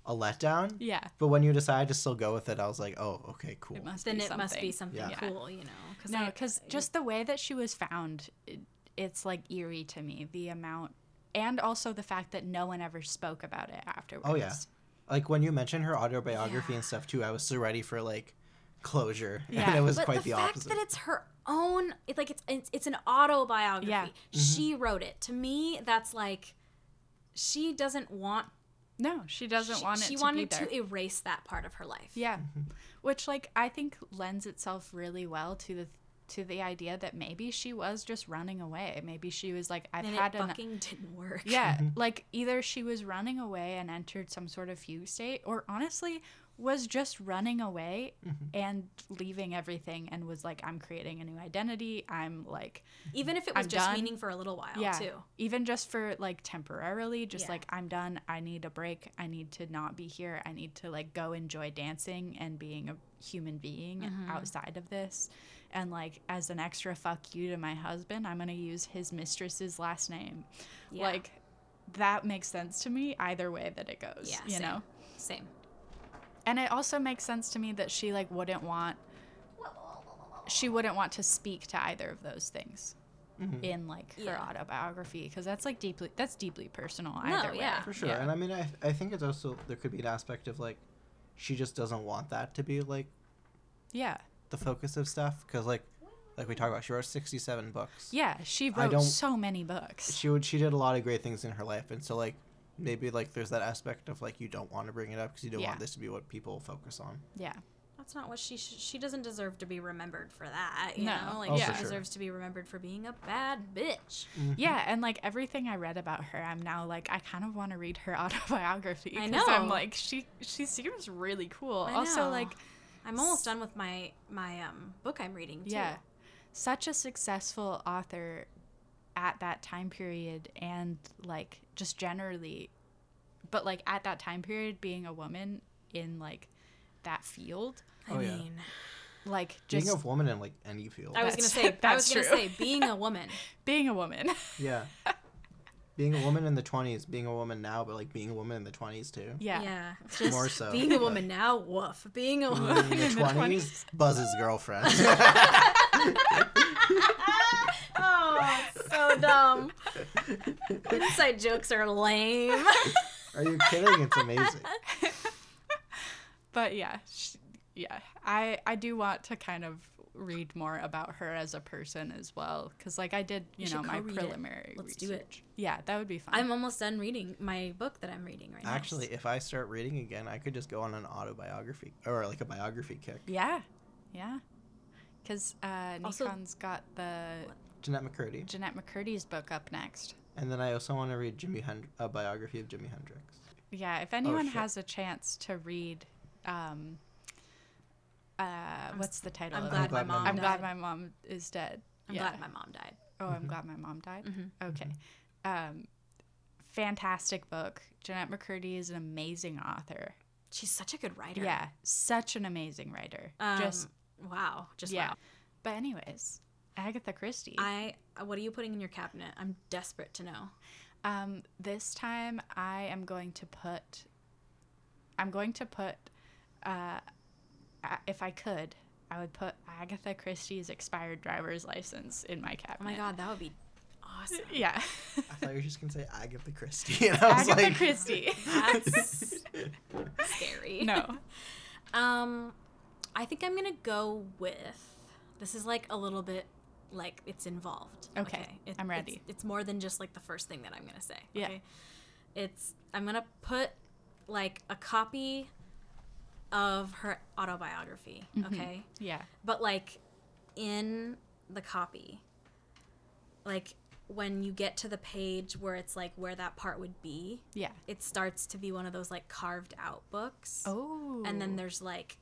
[SPEAKER 4] a letdown.
[SPEAKER 2] yeah
[SPEAKER 4] But when you decided to still go with it, I was like, oh, okay, cool.
[SPEAKER 2] it must
[SPEAKER 1] then
[SPEAKER 2] be
[SPEAKER 1] it
[SPEAKER 2] something.
[SPEAKER 1] must be something
[SPEAKER 4] Yeah.
[SPEAKER 1] cool, you know? Cause
[SPEAKER 2] no
[SPEAKER 1] I-
[SPEAKER 2] because just the way that she was found it, it's like eerie to me the amount and also the fact that no one ever spoke about it afterwards
[SPEAKER 4] Oh yeah. Like when you mentioned her autobiography
[SPEAKER 1] Yeah.
[SPEAKER 4] and stuff too, I was so ready for like closure.
[SPEAKER 2] Yeah.
[SPEAKER 4] And it was
[SPEAKER 1] but
[SPEAKER 4] quite
[SPEAKER 1] the,
[SPEAKER 4] the,
[SPEAKER 1] fact
[SPEAKER 4] opposite.
[SPEAKER 1] that it's her own, it's like it's it's, it's an autobiography.
[SPEAKER 2] Yeah.
[SPEAKER 1] She
[SPEAKER 4] Mm-hmm.
[SPEAKER 1] wrote it. To me, that's like she doesn't want.
[SPEAKER 2] no she doesn't
[SPEAKER 1] she
[SPEAKER 2] want it
[SPEAKER 1] she
[SPEAKER 2] to be
[SPEAKER 1] wanted
[SPEAKER 2] there.
[SPEAKER 1] to erase that part of her life.
[SPEAKER 2] Yeah. Which like I think lends itself really well to the to the idea that maybe she was just running away. Maybe she was like I've
[SPEAKER 1] and it
[SPEAKER 2] had an
[SPEAKER 1] fucking didn't work.
[SPEAKER 2] Yeah, like either she was running away and entered some sort of fugue state or honestly was just running away and leaving everything and was like I'm creating a new identity. I'm like
[SPEAKER 1] Even if it was
[SPEAKER 2] I'm
[SPEAKER 1] just
[SPEAKER 2] done.
[SPEAKER 1] meaning for a little while
[SPEAKER 2] yeah,
[SPEAKER 1] too.
[SPEAKER 2] even just for like temporarily, just
[SPEAKER 1] Yeah.
[SPEAKER 2] like I'm done. I need a break. I need to not be here. I need to like go enjoy dancing and being a human being
[SPEAKER 1] Mm-hmm.
[SPEAKER 2] outside of this. And like as an extra fuck you to my husband, I'm gonna use his mistress's last name.
[SPEAKER 1] Yeah.
[SPEAKER 2] Like that makes sense to me either way that it goes.
[SPEAKER 1] Yeah,
[SPEAKER 2] you
[SPEAKER 1] same.
[SPEAKER 2] know.
[SPEAKER 1] Same.
[SPEAKER 2] And it also makes sense to me that she like wouldn't want she wouldn't want to speak to either of those things
[SPEAKER 4] Mm-hmm.
[SPEAKER 2] in like her
[SPEAKER 1] Yeah.
[SPEAKER 2] autobiography because that's like deeply that's deeply personal
[SPEAKER 1] No,
[SPEAKER 2] either way.
[SPEAKER 1] yeah.
[SPEAKER 4] for sure. And I mean, I, I think it's also, there could be an aspect of like, she just doesn't want that to be like
[SPEAKER 2] Yeah.
[SPEAKER 4] the focus of stuff. Cause like, like we talked about, she wrote 67 books.
[SPEAKER 2] Yeah, she
[SPEAKER 4] I
[SPEAKER 2] wrote
[SPEAKER 4] don't-
[SPEAKER 2] so many books.
[SPEAKER 4] She would, she did a lot of great things in her life. And so like, maybe like there's that aspect of like, you don't want to bring it up cause you don't
[SPEAKER 2] Yeah.
[SPEAKER 4] want this to be what people focus on.
[SPEAKER 2] Yeah.
[SPEAKER 1] That's not what she sh- she doesn't deserve to be remembered for that. You
[SPEAKER 2] No.
[SPEAKER 1] know, like
[SPEAKER 4] Oh,
[SPEAKER 1] she
[SPEAKER 2] for sure.
[SPEAKER 1] deserves to be remembered for being a bad bitch.
[SPEAKER 2] Yeah, and like everything I read about her, I'm now like I kind of want to read her autobiography
[SPEAKER 1] I
[SPEAKER 2] I'm
[SPEAKER 1] know.
[SPEAKER 2] like she she seems really cool.
[SPEAKER 1] I
[SPEAKER 2] also
[SPEAKER 1] know.
[SPEAKER 2] like
[SPEAKER 1] I'm almost done with my my um book I'm reading too.
[SPEAKER 2] Yeah. Such a successful author at that time period and like just generally but like at that time period being a woman in like that field
[SPEAKER 1] I
[SPEAKER 4] Oh, yeah.
[SPEAKER 1] mean,
[SPEAKER 2] like
[SPEAKER 4] Being
[SPEAKER 2] just
[SPEAKER 4] a woman in like any field.
[SPEAKER 1] I was gonna
[SPEAKER 2] That's-
[SPEAKER 1] say I was
[SPEAKER 2] that's
[SPEAKER 1] gonna
[SPEAKER 2] true.
[SPEAKER 1] say being a woman.
[SPEAKER 2] being a woman
[SPEAKER 4] yeah. Being a woman in the 20s, being a woman now, but like being a woman in the 20s too.
[SPEAKER 2] yeah.
[SPEAKER 1] Yeah, just
[SPEAKER 4] More so,
[SPEAKER 1] being a
[SPEAKER 4] but-
[SPEAKER 1] woman now. Woof. Being a
[SPEAKER 4] Woman
[SPEAKER 1] woman.
[SPEAKER 4] in the 20s, Buzz's girlfriend.
[SPEAKER 1] oh, it's so dumb. Inside jokes are lame.
[SPEAKER 4] Are you kidding? It's amazing.
[SPEAKER 2] but yeah sh yeah i i do want to kind of read more about her as a person as well because like i did you,
[SPEAKER 1] should
[SPEAKER 2] know my
[SPEAKER 1] co-read it.
[SPEAKER 2] preliminary
[SPEAKER 1] Let's
[SPEAKER 2] research
[SPEAKER 1] do it.
[SPEAKER 2] yeah that would be fun
[SPEAKER 1] I'm almost done reading my book that I'm reading right now.
[SPEAKER 4] Actually, if I start reading again, I could just go on an autobiography or like a biography kick.
[SPEAKER 2] yeah yeah because uh
[SPEAKER 1] Also-
[SPEAKER 2] nikon's got the
[SPEAKER 4] Jeanette McCurdy.
[SPEAKER 2] Jeanette McCurdy's book up next.
[SPEAKER 4] And then I also want to read Jimi Hend- a biography of Jimi Hendrix.
[SPEAKER 2] Yeah,
[SPEAKER 1] Oh,
[SPEAKER 2] if anyone
[SPEAKER 4] shit.
[SPEAKER 2] has a chance to read, um, uh, what's the title?
[SPEAKER 1] I'm
[SPEAKER 2] of
[SPEAKER 1] glad,
[SPEAKER 2] it?
[SPEAKER 1] my
[SPEAKER 4] glad my
[SPEAKER 1] mom.
[SPEAKER 2] I'm
[SPEAKER 1] died.
[SPEAKER 2] glad my mom is dead.
[SPEAKER 1] I'm
[SPEAKER 2] yeah.
[SPEAKER 1] glad my mom died.
[SPEAKER 2] oh, I'm glad my mom died. Okay, um, fantastic book. Jeanette McCurdy is an amazing author.
[SPEAKER 1] She's such a good writer.
[SPEAKER 2] Yeah, such an amazing writer.
[SPEAKER 1] Um,
[SPEAKER 2] Just
[SPEAKER 1] wow. Just
[SPEAKER 2] yeah.
[SPEAKER 1] wow.
[SPEAKER 2] But anyways, Agatha Christie.
[SPEAKER 1] I what are you putting in your cabinet? I'm desperate to know. Oh
[SPEAKER 2] um, this time I am going to put. I'm going to put, uh, a- if I could, I would put Agatha Christie's expired driver's license in my cabinet.
[SPEAKER 1] Oh my god, that would be awesome.
[SPEAKER 2] Yeah,
[SPEAKER 4] I thought you were just gonna say Agatha Christie, and I was
[SPEAKER 2] Agatha
[SPEAKER 4] like,
[SPEAKER 2] Christie.
[SPEAKER 1] That's scary.
[SPEAKER 2] no.
[SPEAKER 1] Um, I think I'm gonna go with. This is like a little bit like it's involved.
[SPEAKER 2] Okay,
[SPEAKER 1] It-
[SPEAKER 2] I'm ready.
[SPEAKER 1] It's, it's more than just like the first thing that I'm gonna say.
[SPEAKER 2] Yeah.
[SPEAKER 1] Okay? It's I'm gonna put like a copy of her autobiography.
[SPEAKER 2] Mm-hmm.
[SPEAKER 1] Okay.
[SPEAKER 2] Yeah.
[SPEAKER 1] but like in the copy like when you get to the page where it's like where that part would be
[SPEAKER 2] Yeah.
[SPEAKER 1] it starts to be one of those like carved out books
[SPEAKER 2] Oh.
[SPEAKER 1] and then there's like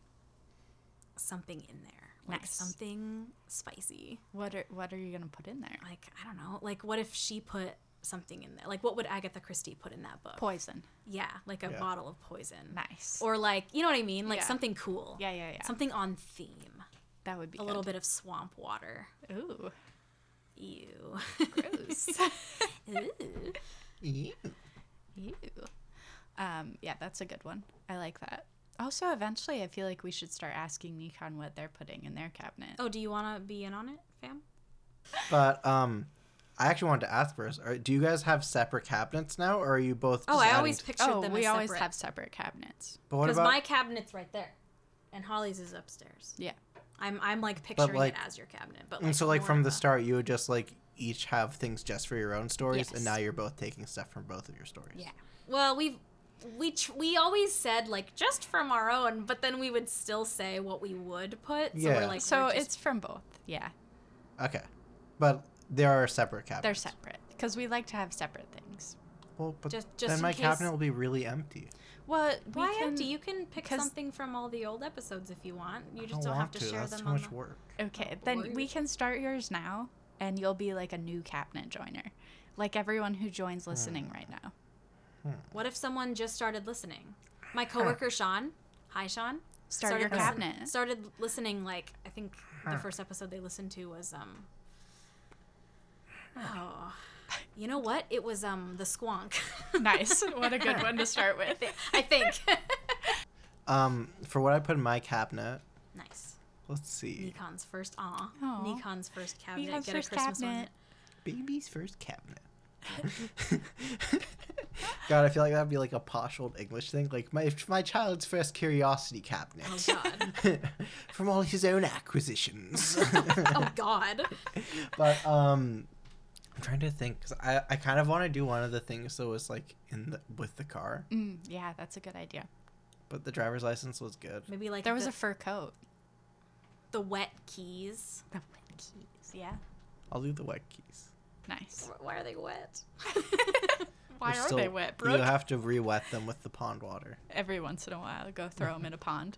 [SPEAKER 1] something in there like
[SPEAKER 2] Nice.
[SPEAKER 1] something spicy
[SPEAKER 2] what are what are you gonna put in there?
[SPEAKER 1] like i don't know like what if she put something in there like what would agatha christie put in that book
[SPEAKER 2] Poison.
[SPEAKER 1] yeah like a
[SPEAKER 4] Yeah.
[SPEAKER 1] bottle of poison
[SPEAKER 2] Nice.
[SPEAKER 1] or like you know what i mean like
[SPEAKER 2] Yeah.
[SPEAKER 1] something cool
[SPEAKER 2] yeah, yeah, yeah.
[SPEAKER 1] something on theme
[SPEAKER 2] that would be
[SPEAKER 1] a little bit of swamp water
[SPEAKER 2] Ooh,
[SPEAKER 1] Ew.
[SPEAKER 2] gross.
[SPEAKER 1] Ew.
[SPEAKER 4] "Ee."
[SPEAKER 2] Ew. Um, yeah, that's a good one. I like that. Also, eventually, I feel like we should start asking Nikon what they're putting in their cabinet.
[SPEAKER 1] Oh, do you want to be in on it, fam?
[SPEAKER 4] But um, I actually wanted to ask first. Are, do you guys have separate cabinets now, or are you both?
[SPEAKER 1] Oh,
[SPEAKER 4] just
[SPEAKER 1] I
[SPEAKER 4] adding
[SPEAKER 1] always
[SPEAKER 4] to-
[SPEAKER 1] pictured
[SPEAKER 2] Oh,
[SPEAKER 1] them
[SPEAKER 2] we
[SPEAKER 1] as
[SPEAKER 2] always
[SPEAKER 1] separate.
[SPEAKER 2] have separate cabinets.
[SPEAKER 4] But what
[SPEAKER 1] Because
[SPEAKER 4] about?
[SPEAKER 1] my cabinet's right there, and Holly's is upstairs.
[SPEAKER 2] Yeah.
[SPEAKER 1] I'm I'm like picturing
[SPEAKER 4] like-
[SPEAKER 1] it as your cabinet, but like,
[SPEAKER 4] and so, like
[SPEAKER 1] more
[SPEAKER 4] from
[SPEAKER 1] of
[SPEAKER 4] the
[SPEAKER 1] a-
[SPEAKER 4] start, you would just like each have things just for your own stories,
[SPEAKER 2] Yes.
[SPEAKER 4] and now you're both taking stuff from both of your stories.
[SPEAKER 2] Yeah.
[SPEAKER 1] Well, we've. We, tr- we always said like just from our own, but then we would still say what we would put. So
[SPEAKER 4] Yeah.
[SPEAKER 1] we're like
[SPEAKER 2] So
[SPEAKER 1] we're just-
[SPEAKER 2] it's from both. Yeah,
[SPEAKER 4] Okay, but there are separate cabinets.
[SPEAKER 2] they're separate because we like to have separate things.
[SPEAKER 4] Well, but
[SPEAKER 1] Just- just
[SPEAKER 4] then
[SPEAKER 1] in
[SPEAKER 4] my
[SPEAKER 1] case-
[SPEAKER 4] cabinet will be really empty.
[SPEAKER 2] Well,
[SPEAKER 1] why
[SPEAKER 2] we can...
[SPEAKER 1] empty? You can pick
[SPEAKER 2] 'cause-
[SPEAKER 1] something from all the old episodes if you want. You
[SPEAKER 4] I
[SPEAKER 1] just don't, have
[SPEAKER 4] want
[SPEAKER 1] to, share
[SPEAKER 4] That's
[SPEAKER 1] them.
[SPEAKER 4] too
[SPEAKER 1] on
[SPEAKER 4] much
[SPEAKER 1] the-
[SPEAKER 4] work.
[SPEAKER 2] Okay, then we
[SPEAKER 1] Warriors.
[SPEAKER 2] can start yours now, and you'll be like a new cabinet joiner, like everyone who joins listening right now.
[SPEAKER 1] What if someone just started listening? My coworker Sean, hi Sean,
[SPEAKER 2] Start your
[SPEAKER 1] listen-
[SPEAKER 2] cabinet.
[SPEAKER 1] started listening. Like I think the first episode they listened to was um. Oh, you know what? It was um the squonk.
[SPEAKER 2] nice. What a good one to start with.
[SPEAKER 1] I think.
[SPEAKER 4] Um, for what I put in my cabinet,
[SPEAKER 1] nice.
[SPEAKER 4] let's see,
[SPEAKER 1] Nikon's first aw.
[SPEAKER 2] Aw.
[SPEAKER 1] Nikon's first cabinet.
[SPEAKER 2] Nikon's
[SPEAKER 1] Get a
[SPEAKER 2] first
[SPEAKER 1] Christmas one.
[SPEAKER 2] cabinet.
[SPEAKER 4] baby's first cabinet. God, I feel like that'd be like a posh old English thing, like my my child's first curiosity cabinet
[SPEAKER 1] Oh God.
[SPEAKER 4] from all his own acquisitions.
[SPEAKER 1] oh God.
[SPEAKER 4] but um, I'm trying to think because I I kind of want to do one of the things that was like in the with the car,
[SPEAKER 2] Mm, yeah, that's a good idea.
[SPEAKER 4] but the driver's license was good.
[SPEAKER 1] Maybe like
[SPEAKER 2] There was
[SPEAKER 1] the,
[SPEAKER 2] a fur coat.
[SPEAKER 1] the wet keys.
[SPEAKER 2] The wet keys. Yeah.
[SPEAKER 4] I'll do the wet keys.
[SPEAKER 2] Nice.
[SPEAKER 1] Why are they wet?
[SPEAKER 2] Why
[SPEAKER 4] They're
[SPEAKER 2] are
[SPEAKER 4] still-
[SPEAKER 2] they wet,
[SPEAKER 4] You
[SPEAKER 2] Brooke?
[SPEAKER 4] have to re-wet them with the pond water.
[SPEAKER 2] Every once in a while, go throw them in a pond.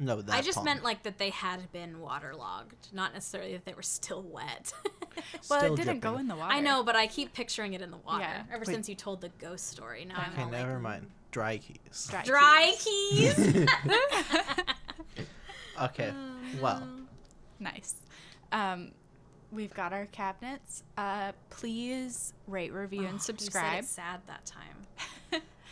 [SPEAKER 4] No, that
[SPEAKER 1] I just
[SPEAKER 4] pond.
[SPEAKER 1] meant like that they had been waterlogged, not necessarily that they were still wet.
[SPEAKER 2] Well,
[SPEAKER 4] Still
[SPEAKER 2] it didn't go
[SPEAKER 4] dripping.
[SPEAKER 2] in the water.
[SPEAKER 1] I know, but I keep picturing it in the water.
[SPEAKER 2] Yeah.
[SPEAKER 1] Ever
[SPEAKER 4] Wait.
[SPEAKER 1] since you told the ghost story, now I'm
[SPEAKER 4] Okay,
[SPEAKER 1] all
[SPEAKER 4] never
[SPEAKER 1] like,
[SPEAKER 4] mind. Dry keys.
[SPEAKER 2] Dry.
[SPEAKER 1] dry keys.
[SPEAKER 4] Okay.
[SPEAKER 2] Mm.
[SPEAKER 4] Well,
[SPEAKER 2] Nice. Um, we've got our cabinets. Uh, please rate, review,
[SPEAKER 1] You
[SPEAKER 2] and
[SPEAKER 1] said it
[SPEAKER 2] subscribe.
[SPEAKER 1] sad that time.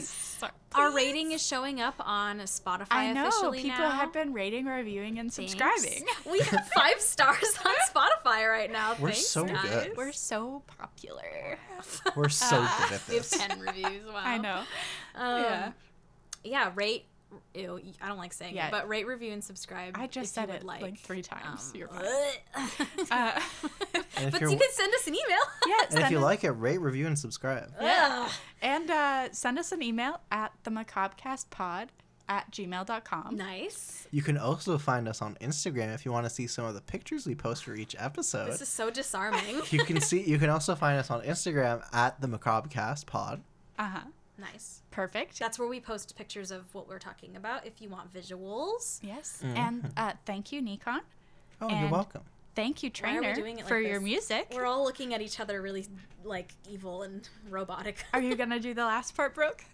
[SPEAKER 2] Sorry.
[SPEAKER 1] Our rating is showing up on Spotify
[SPEAKER 2] I know
[SPEAKER 1] officially
[SPEAKER 2] people
[SPEAKER 1] now.
[SPEAKER 2] have been rating, reviewing, and
[SPEAKER 1] Thanks.
[SPEAKER 2] subscribing.
[SPEAKER 1] We have five stars on Spotify right now.
[SPEAKER 4] We're
[SPEAKER 1] Thanks,
[SPEAKER 4] so
[SPEAKER 1] guys.
[SPEAKER 4] good.
[SPEAKER 2] We're so popular.
[SPEAKER 4] we're so
[SPEAKER 2] Uh,
[SPEAKER 4] good at
[SPEAKER 1] We have
[SPEAKER 4] this.
[SPEAKER 1] ten reviews. Wow.
[SPEAKER 2] I know.
[SPEAKER 1] Um,
[SPEAKER 2] Yeah.
[SPEAKER 1] yeah, rate. Ew, I don't like saying
[SPEAKER 2] Yeah.
[SPEAKER 1] it, but rate, review, and subscribe.
[SPEAKER 2] I just
[SPEAKER 1] if you
[SPEAKER 2] said
[SPEAKER 1] would Um,
[SPEAKER 2] it, like, um, three times. You're fine.
[SPEAKER 1] but
[SPEAKER 2] Uh,
[SPEAKER 4] And if
[SPEAKER 1] you
[SPEAKER 4] you're-
[SPEAKER 1] can send us an email.
[SPEAKER 2] yeah,
[SPEAKER 4] And if
[SPEAKER 2] send
[SPEAKER 4] you
[SPEAKER 2] us-
[SPEAKER 4] like it, rate, review, and subscribe.
[SPEAKER 1] Yeah.
[SPEAKER 2] and uh, send us an email at the macabcastpod at gmail.com.
[SPEAKER 1] Nice.
[SPEAKER 4] You can also find us on Instagram if you want to see some of the pictures we post for each episode.
[SPEAKER 1] This is so disarming.
[SPEAKER 4] You can see. You can also find us on Instagram at the Macabrecast Pod.
[SPEAKER 2] Uh-huh.
[SPEAKER 1] nice.
[SPEAKER 2] Perfect.
[SPEAKER 1] That's where we post pictures of what we're talking about if you want visuals.
[SPEAKER 2] yes. And uh, thank you, Nikon.
[SPEAKER 4] Oh,
[SPEAKER 2] And-
[SPEAKER 4] you're welcome.
[SPEAKER 2] thank you,
[SPEAKER 1] Why are we
[SPEAKER 2] Trainer,
[SPEAKER 1] doing it like
[SPEAKER 2] for your
[SPEAKER 1] this?
[SPEAKER 2] music.
[SPEAKER 1] We're all looking at each other really like evil and robotic.
[SPEAKER 2] Are you gonna do the last part, Brooke?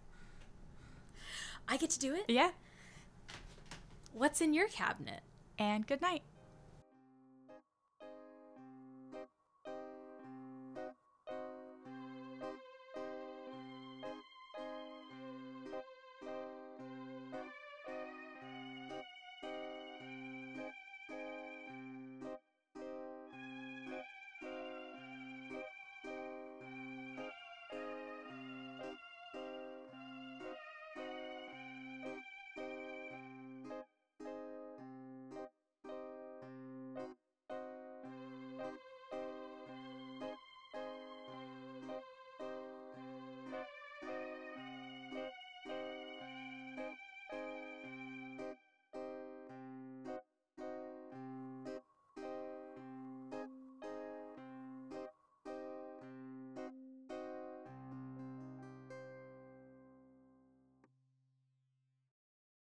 [SPEAKER 1] I get to do it?
[SPEAKER 2] Yeah.
[SPEAKER 1] What's in your cabinet?
[SPEAKER 2] And good night.